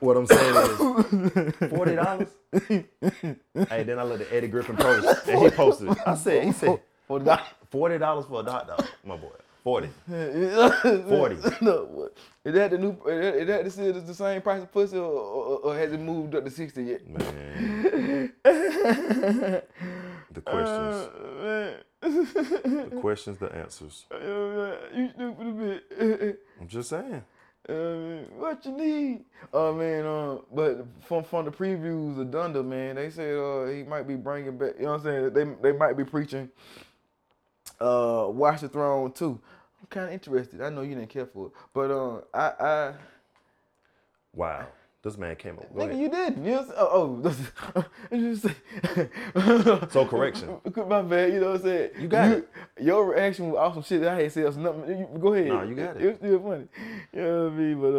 C: what I'm saying is forty dollars. hey, then I looked at Eddie Griffin post and he posted it. I said, he said
B: Forty dollars.
C: forty dollars for a hot dog, my boy. Forty.
B: 40. no, is that the new? Is that, is that the, still the same price of pussy, or, or, or has it moved up to sixty yet?
C: Man, the questions,
B: Man,
C: the questions, the answers.
B: you stupid a bit.
C: I'm just saying.
B: Uh, what you need? Oh man, uh, but from from the previews of Dunder, man, they said uh, he might be bringing back. You know what I'm saying? They they might be preaching. Uh, Watch the Throne too. I'm kind of interested. I know you didn't care for it, but uh, I I
C: Wow, this man came up. Go
B: nigga,
C: ahead.
B: you did. You was, oh, oh it's just-
C: So correction.
B: My bad. You know what I'm saying?
C: You got it.
B: Your reaction was awesome shit that I had said. was nothing. you- Go ahead.
C: Nah, you got it.
B: It was still funny. You know what I mean? But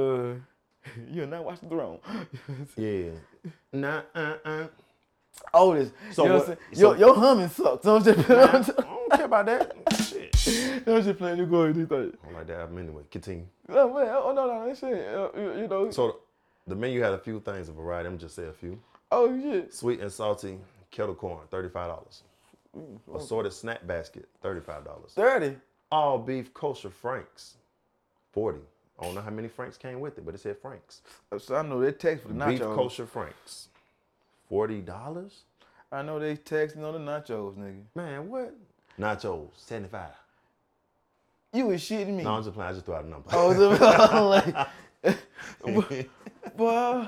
B: uh, you're not watching Throne.
C: Yeah. Nah, uh, uh.
B: All Oh, this.
C: So
B: So you know what, I'm
C: what-
B: saying?
C: so-
B: your, your humming sucks. So I'm just playing.
C: I don't care about that. uh. Shit.
B: I'm just playing. You go ahead. You think.
C: I don't like that. album anyway. Continue.
B: Oh man. Oh no no. That shit. Uh, you, you know.
C: So the menu had a few things of variety. I'm just say a few.
B: oh shit.
C: Sweet and salty kettle corn, thirty-five dollars.
B: Mm,
C: Assorted snack basket, thirty-five dollars.
B: Thirty.
C: All beef kosher franks, forty. I don't know how many franks came with it, but it said franks.
B: So I know they text for the nachos.
C: Beef kosher franks, forty dollars.
B: I know they texting on the nachos, nigga.
C: Man, what? Nachos, seventy-five.
B: You was shitting me.
C: No, I'm just playing. I just threw out a number.
B: I was like, boy, I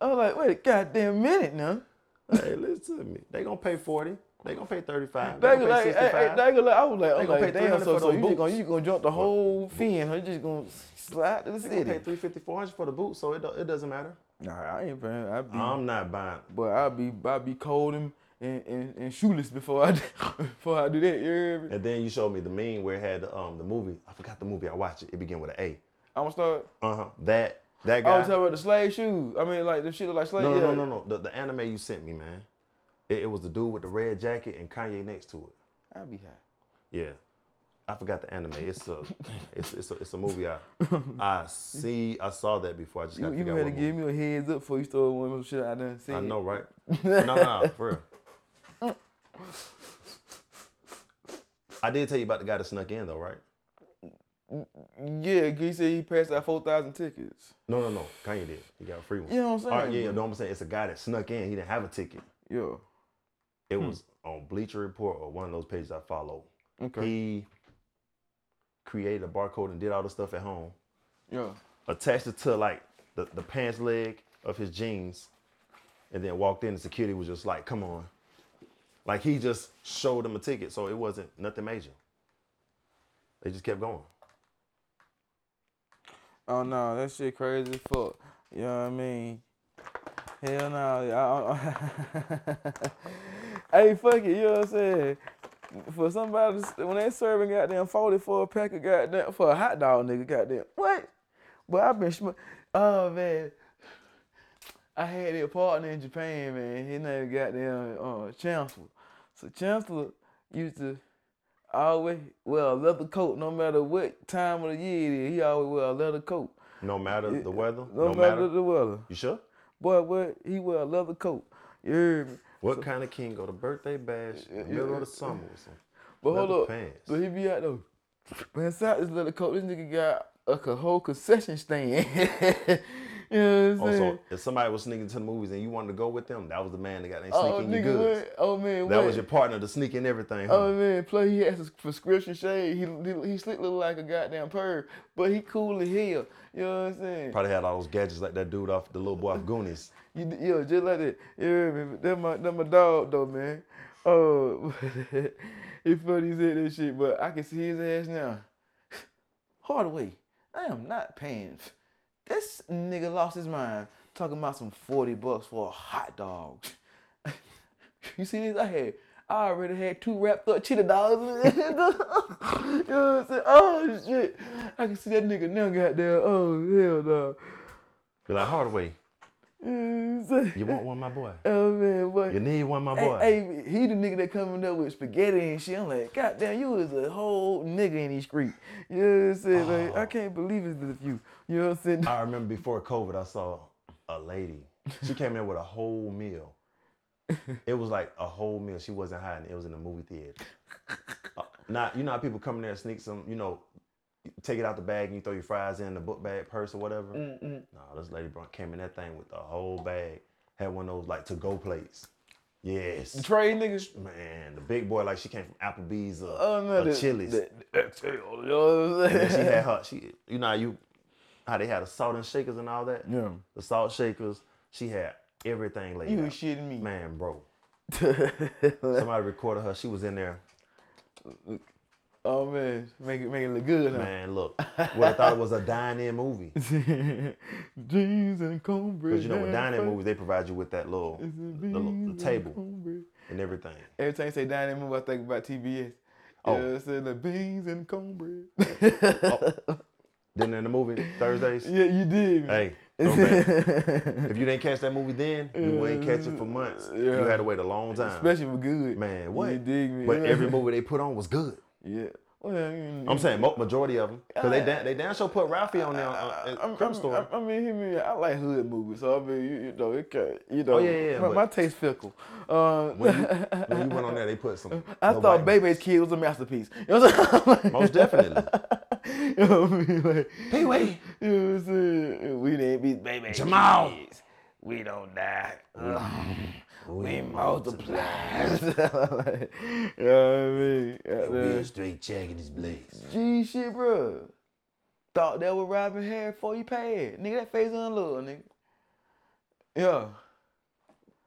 B: was like, wait a goddamn minute now.
C: hey, listen to me. They gonna pay forty. They gonna pay thirty-five. They
B: They
C: gonna
B: go
C: pay
B: like, hey, hey,
C: sixty-five.
B: they go like, I was like,
C: They
B: I'm
C: gonna
B: like,
C: pay
B: damn,
C: 300
B: so,
C: for
B: so
C: them
B: you just
C: boots.
B: gonna, you just gonna jump the whole fin, or you just gonna slide to the
C: They gonna pay
B: city.
C: three fifty for it for the boot, so it, do- it doesn't matter.
B: Nah, I ain't paying. I be,
C: I'm not buying.
B: but I be, I be cold and and, and, and shoeless before I do, before I do that. You hear me?
C: And then you showed me the meme where it had um the movie. I forgot the movie. I watched it. It began with an A.
B: I'm gonna start.
C: Uh huh. That that
B: I
C: guy.
B: was talking about the slave shoes. I mean, like the shit look like slave.
C: no, no,
B: Oh, yeah.
C: no, no, no. The, the anime you sent me, man. It, it was the dude with the red jacket and Kanye next to it.
B: I be high.
C: Yeah. I forgot the anime. It's a, it's it's a, it's a movie. I I see. I saw that before. I just got to
B: You, you
C: figure
B: had
C: out
B: to
C: what movie.
B: give me a heads up before you started one of them shit I done seen.
C: I know, right? no, no, for real. I did tell you about the guy that snuck in, though, right?
B: Yeah, 'cause he said he passed out four thousand tickets.
C: No, no, no. Kanye did. He got a free one.
B: You know what I'm
C: All right,
B: saying,
C: yeah, yeah.
B: bro?
C: No, I'm saying it's a guy that snuck in. He didn't have a ticket.
B: Yeah.
C: It
B: Hmm.
C: was on Bleacher Report or one of those pages I follow.
B: Okay.
C: He created a barcode and did all the stuff at home,
B: yeah.
C: attached it to like the, the pants leg of his jeans, and then walked in. The security was just like, come on. Like he just showed him a ticket. So it wasn't nothing major. They just kept going.
B: Oh no, that shit crazy as fuck. You know what I mean? Hell no. I- I- hey, fuck it. You know what I'm saying? For somebody to s- when they serving goddamn forty for a pack of goddamn for a hot dog, nigga, goddamn what? But I've been sm- oh man. I had a partner in Japan, man. His name goddamn uh, Chancellor. So Chancellor used to always wear a leather coat no matter what time of the year it is. He always wear a leather coat.
C: No matter the weather,
B: No, matter, the weather.
C: You sure?
B: Boy, what he wear a leather coat. You hear me?
C: What kind of king go to birthday bash in the middle of the summer with some
B: But
C: leather
B: hold up.
C: pants?
B: But he be out though. But inside this leather coat, this nigga got a co- whole concession stand. you know what I'm saying?
C: Also, if somebody was sneaking to the movies and you wanted to go with them, that was the man that got they
B: oh,
C: sneaking you
B: nigga,
C: goods.
B: what? Oh man,
C: That
B: what?
C: was your partner to sneak in everything. Huh?
B: Oh man, play. He has a prescription shade. He he, he slick look like a goddamn perv, but he cool as hell. You know what I'm saying?
C: Probably had all those gadgets like that dude off the little boy off Goonies.
B: You, d- yo, just like that. You hear me? That my, that my dog, though, man. Oh, it's funny he said that shit, but I can see his ass now. Hardaway, I am not paying. This nigga lost his mind talking about some 40 bucks for a hot dog. you see this? I had, I already had two wrapped up cheetah dogs. you know what I'm saying? Oh, shit. I can see that nigga now, goddamn. Oh, hell no.
C: Be like, Hardaway,
B: You know what I'm saying?
C: you want one, my boy?
B: Oh, man, what?
C: You need one, my boy.
B: Hey, hey, he the nigga that coming up with spaghetti and shit. I'm like, God damn, you is a whole nigga in these street. You know what I'm saying? Like,
C: Oh.
B: I can't believe it's the you. You know what I'm saying?
C: I remember before COVID, I saw a lady. She came in with a whole meal. It was like a whole meal. She wasn't hiding. It was in the movie theater. Uh, not you know how people come in there and sneak some. You know, take it out the bag and you throw your fries in the book bag, purse or whatever.
B: Mm,
C: No, this lady brought, came in that thing with the whole bag. Had one of those like to go plates. Yes.
B: Trade niggas.
C: Man, the big boy like she came from Applebee's or,
B: Oh no,
C: or
B: the,
C: Chili's.
B: the- the exhale, you know what I'm
C: And she
B: saying?
C: had her. She, you know, how you, how they had the salt and shakers and all that.
B: Yeah.
C: The salt shakers. She had everything laid
B: You
C: out.
B: was shitting me.
C: Man, bro. Somebody recorded her. She was in there.
B: oh man, make it make it look good. Huh?
C: Man, look. Would have thought it was a dine-in movie.
B: Jeans and cornbread.
C: Cause you know, with
B: and
C: dine-in
B: fries.
C: movies, they provide you with that little, the, little- the table
B: Cornbread.
C: and everything.
B: Every time you say dining room, I think about TBS.
C: Oh. Oh,
B: You know what I'm saying? The beans and cornbread.
C: Then in the movie Thursdays.
B: yeah, you did. man.
C: Hey. go back. if you didn't catch that movie then, you ain't catch it for months. You
B: Yeah.
C: had to wait a long time.
B: Especially for good.
C: Man, what?
B: You dig me?
C: But every movie they put on was good.
B: Yeah. Well, I mean,
C: I'm saying mo- majority of them, cause they
B: I-
C: dan- they damn sure put Ralphie on there. Uh, in
B: Uh, I'm- I'm-
C: Crib Story.
B: I, I mean, hear me. I like hood movies, so I mean, you, you know, it can, you know,
C: Oh, yeah, yeah,
B: my,
C: but-
B: my taste fickle. Um,
C: when, you, when you went on there, they put some.
B: I
C: the
B: thought
C: white-
B: Baby's Kid was a masterpiece. You know what I'm saying?
C: Most definitely.
B: you know what I mean? Like,
C: Pee Wee.
B: you know what I'm saying? We didn't beat Baby
C: Jamal.
B: Kids. We don't die. We multiply. Oh, you know what I mean? Uh,
C: We a straight jack in this blaze.
B: G shit, bro. Thought that was Robin hair before you paid. Nigga, that face unloaded, nigga. Yeah.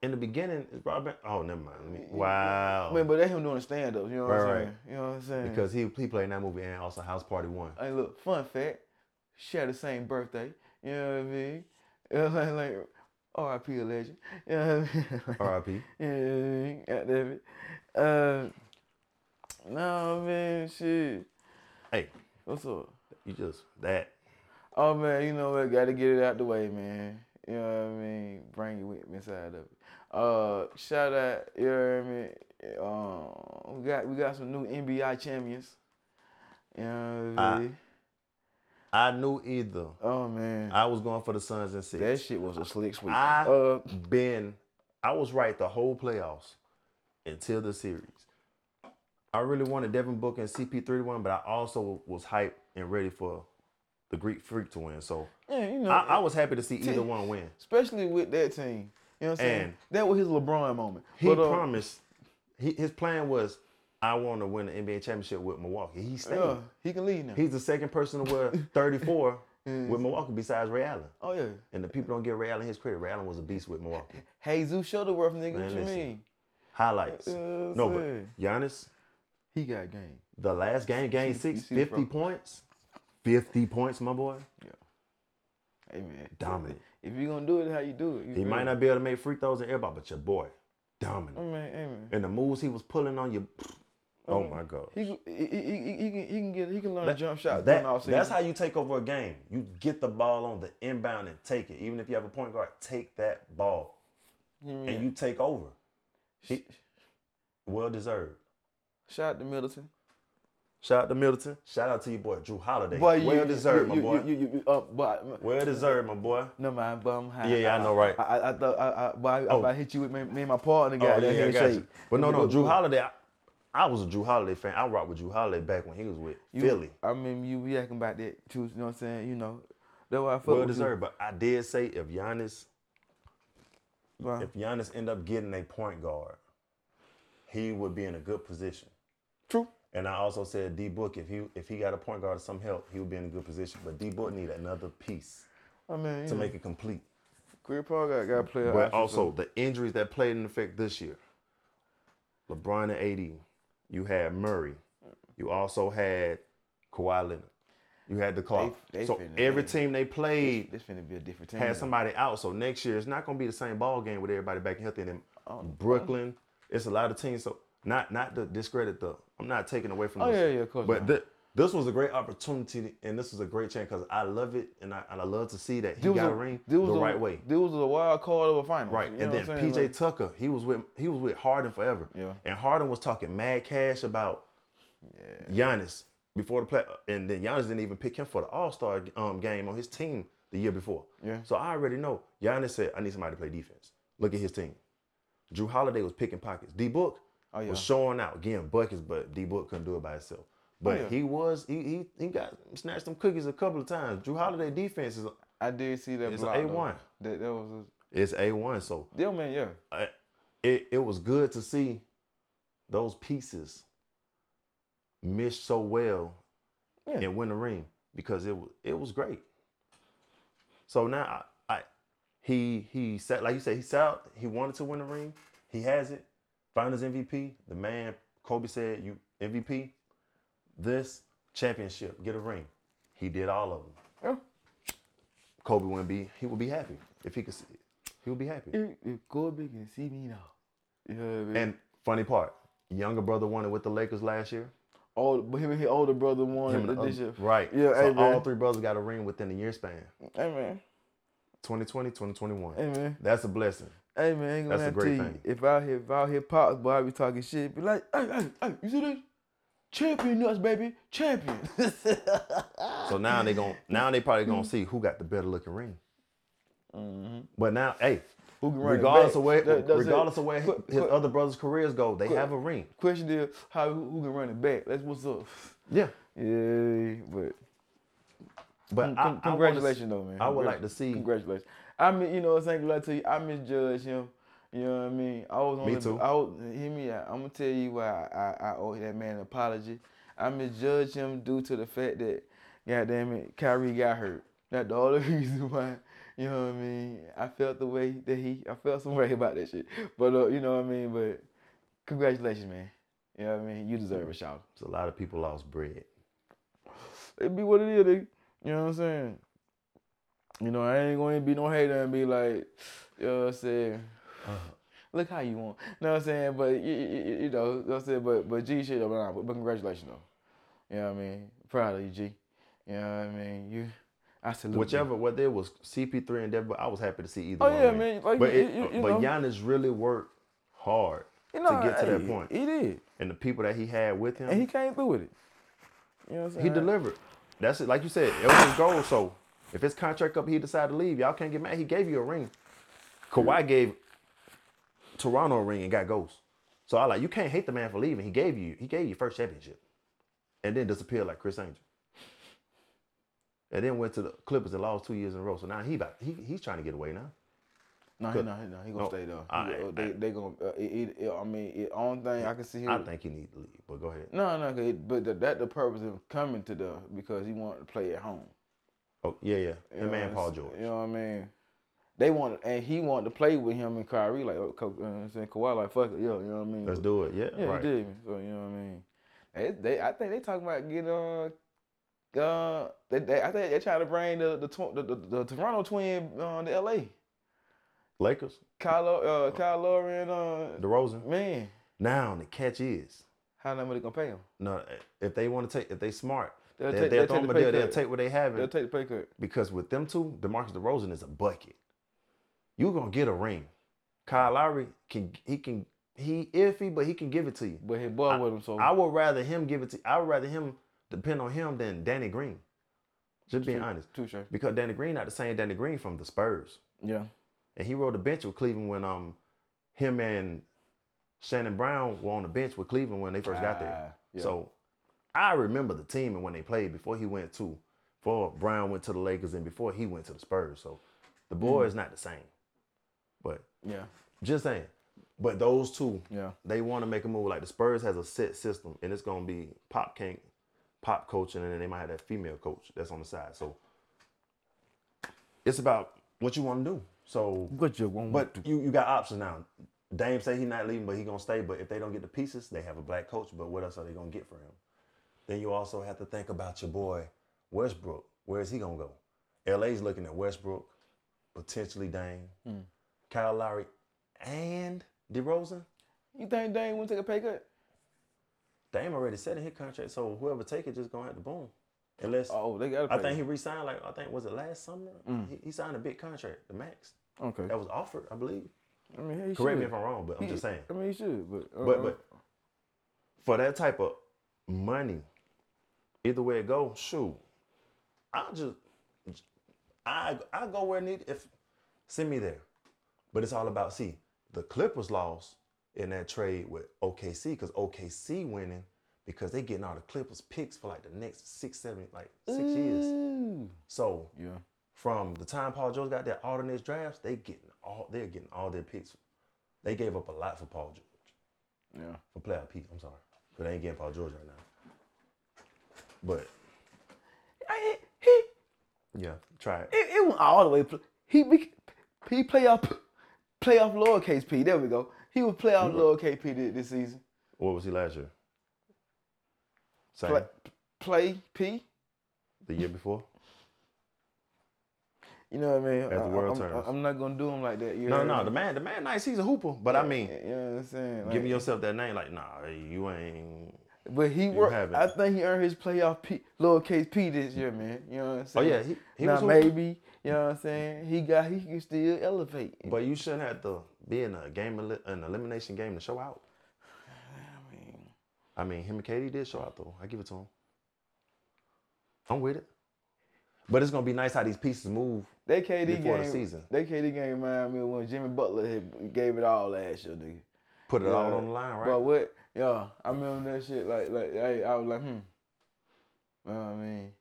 C: In the beginning, it's Robin. Oh, never mind. Let me, wow.
B: I mean, but that's him doing stand ups, you know what I'm
C: Right,
B: saying?
C: right.
B: You know what I'm saying?
C: because he he played in that movie and also House Party One.
B: hey, look, fun fact, share the same birthday, you know what I mean? You know what I'm saying? Like, RIP a legend, you know what I mean?
C: R.I.P.
B: Yeah, goddamn it. Uh, no, man, shit.
C: Hey,
B: What's up?
C: you just that.
B: Oh man, you know what? Gotta get it out the way, man. You know what I mean? Bring your witness out of it. Uh, shout out, you know what I mean? Um, we got we got some new NBA champions. You know what I
C: I-
B: mean?
C: I knew either.
B: oh man,
C: I was going for the Suns and six.
B: that shit was a slick sweep.
C: I
B: uh,
C: been I was right the whole playoffs until the series. I really wanted Devin Booker and CP3 to win, but I also was hyped and ready for the Greek Freak to win. So
B: yeah, you know,
C: I, I was happy to see either one win.
B: especially with that team. You know what I'm saying?
C: And-
B: that was his LeBron moment.
C: He
B: But, uh,
C: promised. He, his plan was, I want to win the NBA championship with Milwaukee. He stayed.
B: Yeah, he can lead now.
C: He's the second person to wear 34
B: Mm.
C: with Milwaukee besides Ray Allen.
B: oh yeah,
C: And the people don't give Ray Allen his credit. Ray Allen was a beast with Milwaukee.
B: Jesus Shuttleworth, nigga.
C: Man,
B: what you
C: listen.
B: mean?
C: Highlights.
B: Yeah,
C: no,
B: sir.
C: but Giannis,
B: He got game.
C: the last game, game
B: you
C: six,
B: see the
C: 50 points. 50 points, my boy.
B: Hey man,
C: Dominant.
B: if you're gonna do it, how you do it? You
C: He
B: feel
C: might
B: me?
C: not be able to make free throws and everybody, but your boy,
B: Hey,
C: dominant.
B: Oh, man, hey, man.
C: And the moves he was pulling on you, oh my God.
B: Mm. He, go- he, he, he, he can he can get he can learn a jump shot.
C: that-
B: during all season.
C: that's how you take over a game. You get the ball on the inbound and take it. Even if you have a point guard, take that ball and you take over. He, well deserved.
B: shout out to Middleton.
C: Shout out to Middleton. Shout out to your boy Drew Holiday.
B: Boy,
C: well deserved,
B: you,
C: my boy.
B: You, you, you, uh, but
C: well deserved, my boy.
B: no mind, but I'm high.
C: Yeah, yeah, I know, right?
B: I, I, I thought I, I, but I, I about hit you with me, me and my partner
C: Oh,
B: got
C: yeah,
B: that
C: I got
B: handshake.
C: you. But no, no, Drew Holiday. I, I was a Drew Holiday fan. I rocked with Drew Holiday back when he was with
B: You-
C: Philly.
B: I mean, you reacting about that too. You know what I'm saying? You know, that's why I fuck
C: Well
B: with
C: deserved. But I did say if Giannis,
B: you. Well,
C: if Giannis end up getting a point guard, he would be in a good position.
B: True.
C: And I also said D Book, if he if he got a point guard or some help, he would be in a good position. But D Book need another piece
B: I mean, you
C: to
B: know,
C: make it complete.
B: Chris Paul got got player.
C: But
B: options,
C: also the injuries that played in effect this year. LeBron and AD. You had Murray. You also had Kawhi Leonard. You had the clock.
B: They- they
C: so
B: finna-
C: every
B: they-
C: team they
B: so
C: played
B: this finna be a different team.
C: had
B: now.
C: somebody out. So next year it's not gonna be the same ball game with everybody back healthy. And then
B: Oh,
C: Brooklyn, it's a lot of teams. So not not to discredit the. I'm not taking away from.
B: Oh,
C: this,
B: yeah, yeah, of course
C: But
B: not.
C: thi- this was a great opportunity, and this was a great chance because I love it, and I, and I love to see that he
B: This was
C: got a,
B: a-
C: ring
B: this
C: the
B: was a-
C: right way.
B: This was a wild card of a final.
C: Right, and then PJ Tucker, he was with he was with Harden forever.
B: Yeah.
C: And Harden was talking mad cash about Giannis before the play, and then Giannis didn't even pick him for the All Star um, game on his team the year before.
B: Yeah.
C: So I already know Giannis said, "I need somebody to play defense." Look at his team. Drew Holiday was picking pockets. D Book
B: Oh, yeah. Oh,
C: was showing out, getting buckets, but D Book couldn't do it by himself. But
B: yeah.
C: he was he, he he got snatched some cookies a couple of times. Drew Holiday defense is
B: I did see that
C: It's
B: block.
C: a
B: though.
C: A1.
B: That that was
C: it's a one. So
B: a, yeah, man. Yeah,
C: I- it, it was good to see those pieces mesh so well
B: Yeah.
C: and win the ring because it wa- it was great. So now I, I he he sat like you said he sat out, he wanted to win the ring he has it Finals MVP the man Kobe said you MVP this championship get a ring he did all of them
B: yeah.
C: Kobe wouldn't be he would be happy if he could see it. he would be happy
B: If, if Kobe can see me now, yeah, man.
C: And funny part, younger brother won it with the Lakers last year.
B: Old, but him and his older brother won
C: Him
B: it
C: and the
B: this
C: other-
B: year.
C: Right.
B: Yeah,
C: so
B: hey, man.
C: all three brothers got a ring within a year span.
B: Hey man,
C: 2020, 2021.
B: hey man,
C: That's a blessing.
B: hey man. Ain't gonna
C: That's a
B: lie to
C: great
B: you.
C: thing.
B: If I hear if I hear pops, boy, I be talking shit. Be like, hey, hey, hey, you see this? Champion nuts, baby, champion.
C: So now they gon' now they probably gonna see who got the better looking ring. But now, hey,
B: Mm-hmm. Who can run it
C: regardless
B: back?
C: of where
B: That- that's it.
C: regardless of where
B: Quick,
C: his
B: quick.
C: other brothers' careers go, they have a ring.
B: Question is, how who who can run it back? That's what's up.
C: Yeah.
B: Yeah, but
C: But
B: Con-
C: I- I,
B: con-
C: wanna-
B: congratulations though, man.
C: I would
B: Congrat-
C: like to see
B: Congratulations. I mean, you know, it's ain't gonna lie to you. I misjudged him. You know what I mean? I was on
C: Me
B: the,
C: too.
B: I was, hear me out. I'm gonna tell you why I, I, I owe that man an apology. I misjudged him due to the fact that, goddamn it, Kyrie got hurt. That's the only reason why. You know what I mean? I felt the way that he. I felt some way about that shit. But uh, you know what I mean? But congratulations, man. You know what I mean? You deserve a shout.
C: a lot of people lost bread.
B: it be what it is. nigga. You know what I'm saying? You know, I ain't going to be no hater and be like, you know what I'm saying? Look how you want. You know what I'm saying? But, you, you, you know, you know what I'm saying? But, but G, shit, but, nah, but, but congratulations, though. You know what I mean? Proud of you, G. You know what I mean? You, I salute you.
C: Whichever, whether it was CP3 and Devin, Booker, I was happy to see either
B: Oh,
C: one
B: yeah,
C: win.
B: man, like,
C: but
B: you-
C: it-
B: you- you
C: but
B: know.
C: Giannis really worked hard
B: You know,
C: to get to
B: hey,
C: that point,
B: He did.
C: and the people that he had with him,
B: And he came through with it. You know what I'm saying?
C: He delivered. That's it. Like you said, it was his goal. So if his contract up, he decided to leave. Y'all can't get mad. He gave you a ring. Kawhi gave Toronto a ring and got ghosts. So I like you can't hate the man for leaving. He gave you he gave you your first championship, and then disappeared like Chris Angel. And then went to the Clippers and lost two years in a row. So now he about he, he's trying to get away now.
B: No, he, no, he, no, he gonna
C: No,
B: stay though.
C: I-
B: He go- they, they gonna. Uh, it, it- it- I mean, it, only thing I can see here.
C: I think he needs to leave. But go ahead.
B: No, no, 'cause it, but the, that the purpose of coming to the because he wanted to play at home.
C: Oh yeah yeah.
B: You
C: And
B: know,
C: man
B: it's-
C: Paul George.
B: You know what I mean? They wanted and he wanted to play with him and Kyrie like oh, Ka- you know what I'm saying Kawhi like fuck it, yo, you know what I mean?
C: Let's do it. Yeah,
B: yeah,
C: right.
B: he did. So you know what I mean? They, they I think they talking about getting uh uh they, they I think they trying to bring the the, tw- the, the, the Toronto twin uh, to LA.
C: Lakers.
B: Kylo uh Kyle Lowry and uh
C: DeRozan.
B: man,
C: Now the catch is
B: how much they gonna pay him?
C: no if they want to take if they smart
B: They'll
C: they'll,
B: take-
C: they'll,
B: they'll
C: throw
B: take the
C: them a
B: pay
C: deal. They'll
B: cut.
C: take what they have. and-
B: They'll take the pay cut.
C: because with them two, DeMarcus DeRozan is a bucket. You're gonna get a ring. Kyle Lowry can he can he iffy, but he can give it to you.
B: But his boy with him, so
C: I would rather him give it to I would rather him depend on him than Danny Green. Just being honest.
B: touche.
C: Because Danny Green not the same Danny Green from the Spurs.
B: Yeah.
C: And he rode the bench with Cleveland when um him and Shannon Brown were on the bench with Cleveland when they first got there.
B: Ah, yeah.
C: So I remember the team and when they played before he went to before Brown went to the Lakers and before he went to the Spurs. So the boy is not the same. But
B: Yeah.
C: just saying. But those two,
B: Yeah.
C: they want to make a move. Like the Spurs has a set system and it's gonna be pop king, pop coaching, and then they might have that female coach that's on the side. So it's about what you want to do. So
B: What you want?
C: but you, you got options now. Dame say he not leaving, but he gonna stay. But if they don't get the pieces, they have a black coach. But what else are they gonna get for him? Then you also have to think about your boy Westbrook. Where is he gonna go? LA's looking at Westbrook, potentially Dame, Kyle Lowry, and DeRozan.
B: You think Dane wouldn't take a pay cut?
C: Dame already said in his contract, so whoever take it just gonna have to boom. Unless
B: Oh, they got.
C: I Mm. think he re-signed like I think was it last summer? He, he signed a big contract, the max
B: Okay.
C: that was offered, I believe.
B: I mean, he
C: Correct
B: should.
C: me if I'm wrong, but I'm just saying.
B: I mean, he should, but uh,
C: But but for that type of money, either way it go, shoot, I just I I go where need if send me there. But it's all about see the Clippers lost in that trade with OKC because OKC winning because they getting all the Clippers picks for like the next six seven like six
B: Mm.
C: years.
B: uh-uh. Ooh.
C: So
B: yeah,
C: from the time Paul George got their alternate drafts, they getting all they're getting all their picks. They gave up a lot for Paul George
B: yeah,
C: for playoff Pete. I'm sorry, but they ain't getting Paul George right now. But
B: I, he it,
C: yeah, try it.
B: it went all the way. pl- He be- he play up, play off lowercase p. There we go. He was play off lowercase p thi- this season.
C: What was he last year? Same
B: Play, play p.
C: the year before.
B: You know what I mean?
C: the
B: I,
C: world
B: I'm, I'm-
C: turns.
B: I'm not gonna do him like that. You
C: No,
B: heard
C: no,
B: me?
C: the man, the man, nice. He's a hooper, but I mean,
B: You know what I'm saying? Like,
C: giving yourself that name, like, nah, you ain't.
B: But he worked.
C: haven't.
B: I think he earned his playoff P, lowercase p this year, man. You know what I'm
C: Oh
B: saying?
C: yeah, he, he
B: now
C: was. a hooper,
B: maybe you know what I'm saying. He got he can still elevate.
C: But you shouldn't have to be in a game, eli- an elimination game to show out.
B: I mean,
C: I mean, him and Katie did show out though. I give it to him. I'm with it. But it's gonna be nice how these pieces move.
B: That KD
C: Before the
B: game,
C: season.
B: that KD game reminded me of when Jimmy Butler had, gave it all last year, nigga.
C: Put it all
B: Yeah.
C: on the line, right?
B: But what, yeah, I remember that shit. Like, like, hey, I was like, hmm. You know what I mean,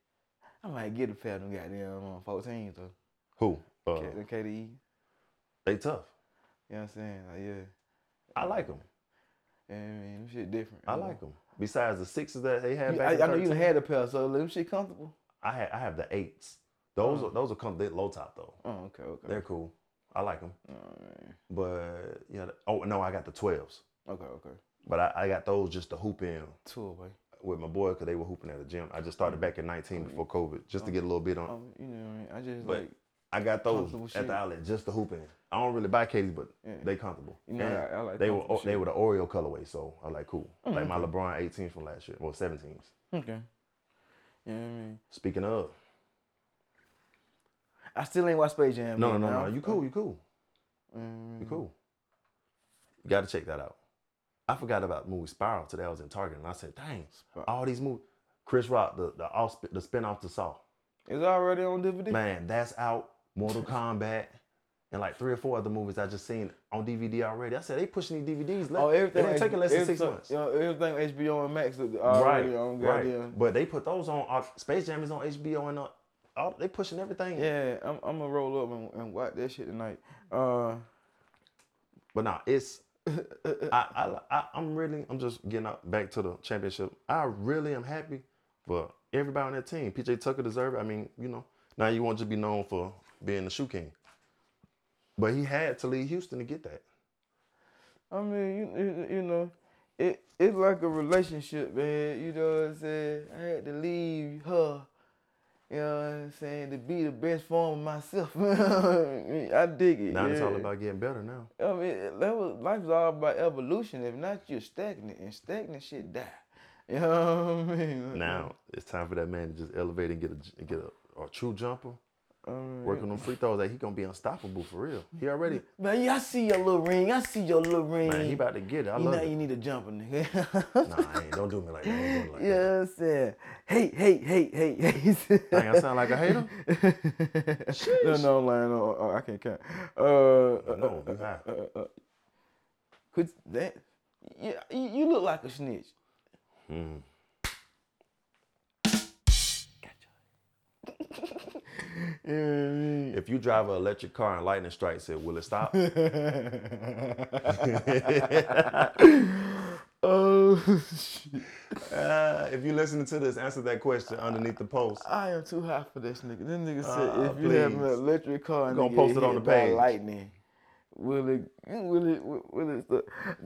B: I might get a pair of them goddamn um, 14 though.
C: Who? Uh,
B: K- the KD, you
C: They tough.
B: know what I'm saying? Like, yeah,
C: I like them.
B: you know what I mean, them shit different.
C: I
B: you know?
C: like them. Besides the sixes that they had
B: Uh-huh. You-
C: back,
B: I,
C: in
B: I know you
C: 13,
B: had a pair, so them shit comfortable.
C: I had. I have the eights. Those
B: Uh-huh.
C: are those are come they low top though.
B: Oh, okay, okay.
C: They're cool. I like them.
B: Alright.
C: But yeah. the- Oh no, I got the twelves.
B: Okay, okay.
C: But I, I got those just to hoop in
B: Two away.
C: with my boy because they were hooping at the gym. I just started back in 19
B: Uh-huh.
C: before COVID just to get a little bit on.
B: Um, you know what I mean? I just
C: But
B: like,
C: I got those
B: Uh-huh. comfortable
C: at
B: shit.
C: the outlet just to hoop in. I don't really buy Katie's, but
B: Yeah.
C: they comfortable.
B: You know,
C: And
B: I- I like
C: they were oh,
B: comfortable
C: they
B: shit. Mm-hmm.
C: were the Oreo colorway, so I like cool. Like my LeBron 18s from last year, well 17s.
B: okay. You know what I mean?
C: Speaking of,
B: I still ain't watch Space Jam.
C: No,
B: yet,
C: no, no,
B: man.
C: no. You cool. You cool.
B: Mm,
C: You Mm-hmm. cool. You got to check that out. I forgot about movie Spiral today. I was in Target and I said, "Dang, all these movies." Chris Rock, the the, off, the spinoff to Saw.
B: It's already on DVD.
C: Man, that's out. Mortal Kombat and like three or four other movies I just seen on DVD already. I said they pushing these DVDs.
B: Oh, everything.
C: They ain't taking less than six
B: everything-
C: months.
B: You know, everything HBO and Max is
C: Right,
B: already on goddamn.
C: right. But they put those on. Uh, Space Jam is on HBO and uh, all, they pushing everything.
B: Yeah, I'm, I'm gonna roll up and, and watch that shit tonight. Uh,
C: But nah, it's I, I I I'm really I'm just getting out back to the championship. I really am happy for everybody on that team. PJ Tucker deserved it. I mean, you know, now you won't just be known for being the shoe king. But he had to leave Houston to get that.
B: I mean, you, you, you know, it it's like a relationship, man. You know what I'm saying? I had to leave her. You know what I'm saying? To be the best form of myself. I dig it.
C: Now it's all
B: yeah.
C: about getting better now.
B: I mean, that was life's all about evolution. If not, you're stagnant, and stagnant shit die. You know what I mean?
C: Now it's time for that man to just elevate and get a j- get a, a true jumper.
B: I mean,
C: Working on free throws, that he gonna be unstoppable for real. He already
B: man, yeah, I see your little ring. I see your little ring.
C: man, he about to get it. I
B: you
C: love
B: know
C: it.
B: you need a jumper, nigga.
C: Nah, I ain't, don't do me like that. Don't do me like
B: You know what I'm saying? Hate, hate, hate, hate, hate.
C: that. Dang, I sound like a hater.
B: no, no, I'm lying. No, uh, I can't count. Uh, uh,
C: No, you high.
B: could that? Yeah, you, you look like a snitch. Hmm. yeah,
C: If you drive an electric car and lightning strikes it, will it stop?
B: oh, shit.
C: Uh, if you're listening to this, answer that question underneath the post.
B: I am too hot for this nigga. This nigga
C: Ah,
B: said if you have an
C: please.
B: electric car and
C: gonna
B: you get
C: post it on
B: hit
C: the
B: by
C: page.
B: lightning, will it? Will it? Will it? Will it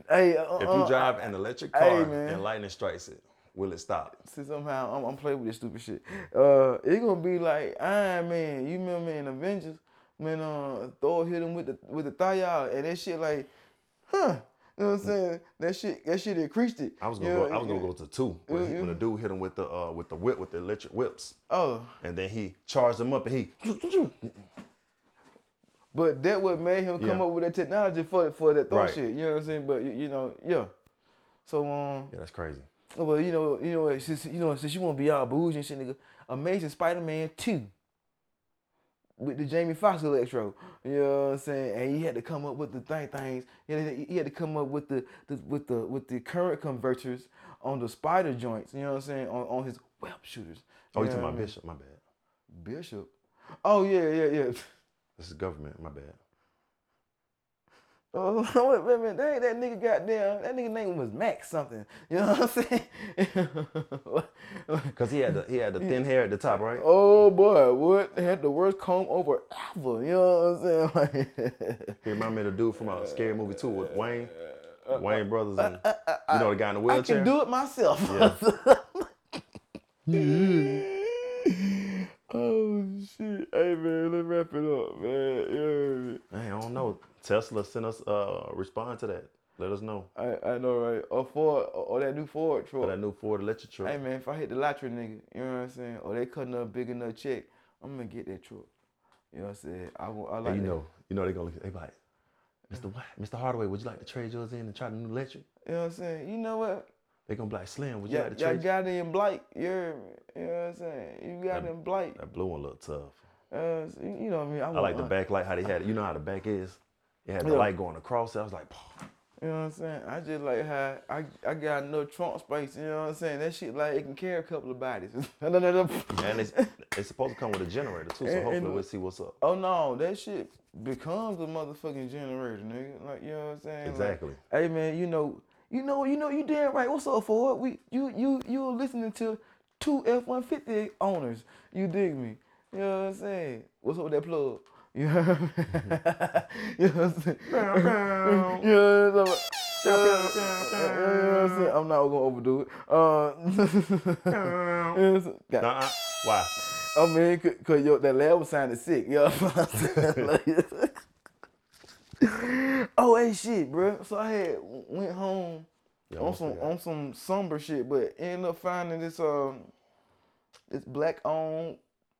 B: hey, uh,
C: If
B: uh,
C: you drive an electric
B: Hey,
C: car
B: man.
C: and lightning strikes it, will it stop?
B: See, somehow I'm, I'm playing with this stupid shit. Uh, it gonna be like Iron Man. You remember in Avengers when uh Thor hit him with the with the thigh out and that shit like, huh? You know what I'm saying? That shit that shit increased it.
C: I was gonna
B: You know,
C: go. I was gonna go to two when, he-
B: Yeah,
C: when the dude hit him with the uh, with the whip with the electric whips,
B: Oh,
C: and then he charged him up and he.
B: but that what made him come
C: Yeah.
B: up with that technology for for that Thor
C: Right.
B: shit. You know what I'm saying? But you, you know, yeah. So um,
C: Yeah, that's crazy.
B: well, you know, you know, what, since you know, since you want to be all bougie and shit, nigga, Amazing Spider-Man two with the Jamie Foxx electro. You know what I'm saying? And he had to come up with the thing things. He had he had to come up with the, the with the with the current converters on the spider joints. You know what I'm saying? On on his web shooters.
C: Oh, you
B: know
C: talking
B: what
C: about
B: I mean?
C: Bishop? My bad.
B: Bishop? Oh yeah, yeah, yeah.
C: This is government. My bad.
B: Oh, wait, wait a minute. That, that nigga goddamn, that nigga name was Max something. You know what I'm saying?
C: Cause he had the he had the thin hair at the top, right?
B: Oh boy, what had the worst comb over ever? You know what I'm saying? Like,
C: He reminded me of the dude from a scary movie too with Wayne,
B: Uh,
C: Wayne Brothers, and you know the guy in the
B: I
C: wheelchair.
B: can do it myself. oh shit! Hey man, let's wrap it up, man. You
C: Hey, I don't know. Tesla sent us uh respond to that. Let us know.
B: know what I, mean? I I know right? Or Ford, or, or that new Ford
C: For
B: truck.
C: that new Ford electric truck.
B: Hey man, if I hit the lottery, nigga, you know what I'm saying? Or they cutting up big enough check, I'm gonna get that truck. You know what I'm saying? I want. I like
C: Hey, you
B: that.
C: know, you know they're gonna look they be like, Mr. White, Mr. Hardaway, would you like to trade yours in and try the new electric?
B: You know what I'm saying? You know what?
C: They're gonna be like, Slim, would you
B: Yeah,
C: like to
B: y'all
C: trade?
B: got it in blight. You're, you know what I'm saying? You got it in blight.
C: that blue one look tough.
B: Uh, so you you know what I mean?
C: I like the
B: want-
C: backlight, how they had it. You know how the back is? It had the
B: Uh-huh. Yeah.
C: light going across it. I was like, "Pah."
B: You know what I'm saying? I just like how I, I got no trunk space. You know what I'm saying? That shit like it can carry a couple of bodies. No, no, no, no.
C: and it's, it's supposed to come with a generator too, so
B: And-
C: hopefully
B: and-
C: we'll see what's up.
B: oh no, that shit becomes a motherfucking generator, nigga. Like you know what I'm saying? Like,
C: Exactly.
B: hey man, you know, you know, you know, you damn right. What's up, Ford? We you you you are listening to two F one fifty owners. You dig me? You know what I'm saying? What's up with that plug? You know what I'm you know what I'm saying? You know what I'm saying? You know what I'm saying? I'm not gonna overdo it. Uh, God,
C: Nuh-uh. Why?
B: I mean, cause, cause yo, that label sounded sick. You know what I'm saying? Like- oh, hey, shit, bro. So I had went home
C: Yeah,
B: on
C: almost
B: some
C: forgot.
B: on some somber shit, but ended up finding this um this black owned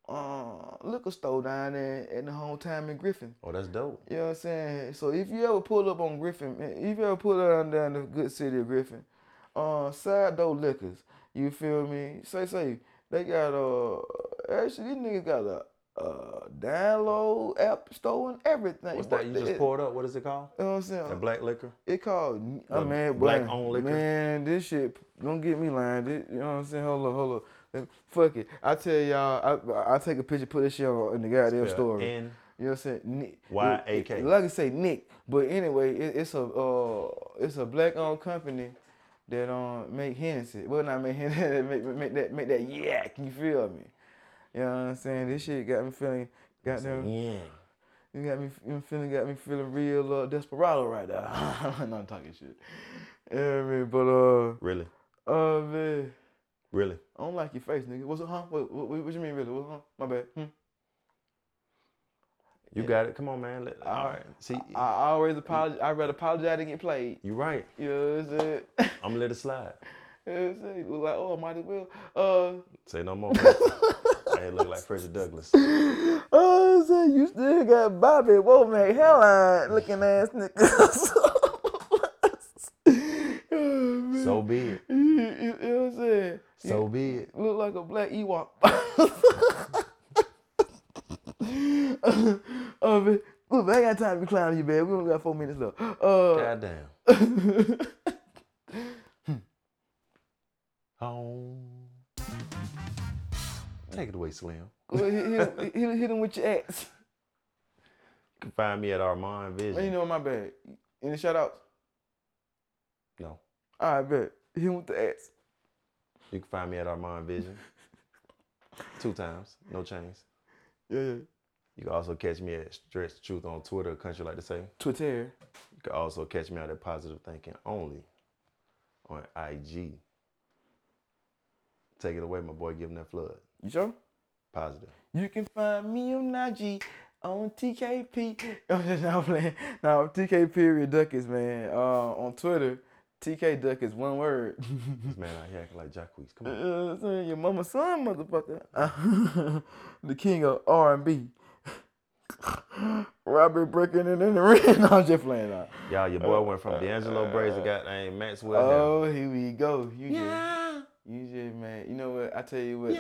B: uh liquor store down there in the hometown in Griffin.
C: Oh, that's dope.
B: You know what I'm saying? So if you ever pull up on Griffin, man, if you ever pull up down there in the good city of Griffin, uh, side door liquors. You feel me? Say say they got uh actually these niggas got a uh download app store and everything.
C: What's that? You just
B: pour.
C: poured up. What is it called?
B: You know what I'm saying?
C: That black liquor.
B: It called. I
C: The
B: mean,
C: black
B: boy,
C: owned liquor?
B: Man, this shit don't get me lying. This- you know what I'm saying? Hold up, hold up. Let me- Fuck it. I tell y'all, I I take a picture, put this shit on in the goddamn
C: Spell
B: story.
C: N-
B: you know what I'm saying? Nick.
C: Y A K.
B: It- it- Like I say, Nick. But anyway, it, it's a uh, it's a black owned company that um make Hennessy. Well, not make Hennessy. Make, make that make that yak. You feel me? You know what I'm saying? This shit got me feeling. Goddamn.
C: Yeah.
B: You got me you feeling got me feeling real uh, desperado right now. I'm not talking shit. You know what I mean? But
C: Really.
B: uh uh man,
C: Really.
B: I don't like your face, nigga. What's huh? What what, what you mean really? What's huh? My bad. Hmm?
C: You got it. Come on, man. Let- all right. See,
B: I always apologize I rather apologize than get played.
C: you right.
B: You know what I'm saying? you
C: I'm gonna let it slide.
B: know what I'm saying? Look like, oh might as well. Uh
C: Say no more. I look like Frederick Douglass.
B: oh I'm saying you still got Bobby Womack hairline looking ass niggas.
C: So be it.
B: You, you know what I'm saying?
C: So be it.
B: look like a black Ewok. uh, man, look, man, I ain't got time to be clowning you, man. We only got four minutes left. Uh,
C: Goddamn.
B: Oh.
C: Home. Take it away, Slim. You
B: well, hit, hit, him- hit, him- hit him with your ass.
C: can find me at Armand
B: Man, you
C: Vision.
B: know my bad. Any shout outs?
C: No.
B: All right, bet. Hit him with the ass.
C: You can find me at Armand Vision. Two times. No chains.
B: Yeah, yeah.
C: You can also catch me at Stretch the Truth on Twitter, country like to say.
B: Twitter.
C: You can also catch me out at Positive Thinking Only on IG. Take it away, my boy, giving that flood.
B: You sure?
C: Positive.
B: You can find me on IG on TKP. I'm just not playing. No, TK period Duckets, man. Uh, on Twitter, TK Duckets, one word.
C: This man out here acting like Jacquees. Come
B: You
C: on.
B: know what I'm saying? Your mama's son, motherfucker. the king of R&B. Robert breaking it in the ring. No, I'm just playing. Nah.
C: Y'all, your boy went from D'Angelo Brazier, goddamn Maxwell. Hill.
B: Oh, here we go. You just, you just, man. You know what? I tell you what.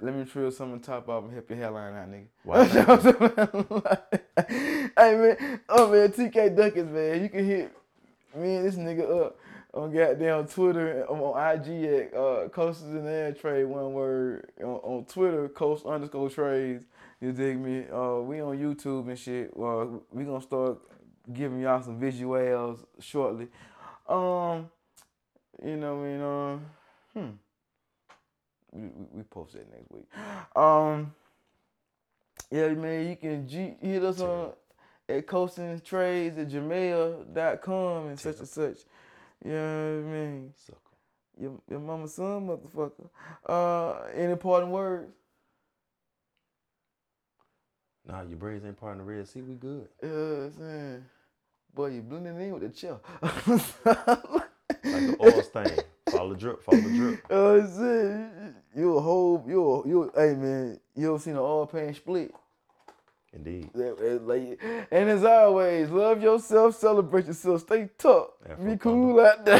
B: Let me trill some on top off and help your hairline out, nigga.
C: Wow.
B: hey man, oh man, TK Duckins, man, you can hit me and this nigga up on goddamn Twitter, on, on IG at uh, Coasters and Air Trade, one word on, on Twitter, Coast underscore Trades. You dig me? Uh, we on YouTube and shit. Uh, we gonna start giving y'all some visuals shortly. Um, you know, what I mean, uh, hmm. We, we, we post that next week. Um, yeah, man, you can G- hit us on at coastingtrades at gmail.com and such and such. You know what I mean?
C: Sucker.
B: Your, your mama's son, motherfucker. Uh, any parting words?
C: Nah, your braids ain't part of the Red Sea. We good.
B: You know what I'm saying? Boy, you blending in with the chill. like
C: Like the oil stain. Follow the drip. Follow the drip.
B: Oh shit! You a whole you a, you a, hey man, you ever seen an all pan split?
C: Indeed.
B: That- that- like- And as always, love yourself, celebrate yourself, stay tough,
C: Afro
B: be
C: Thunder.
B: cool out there.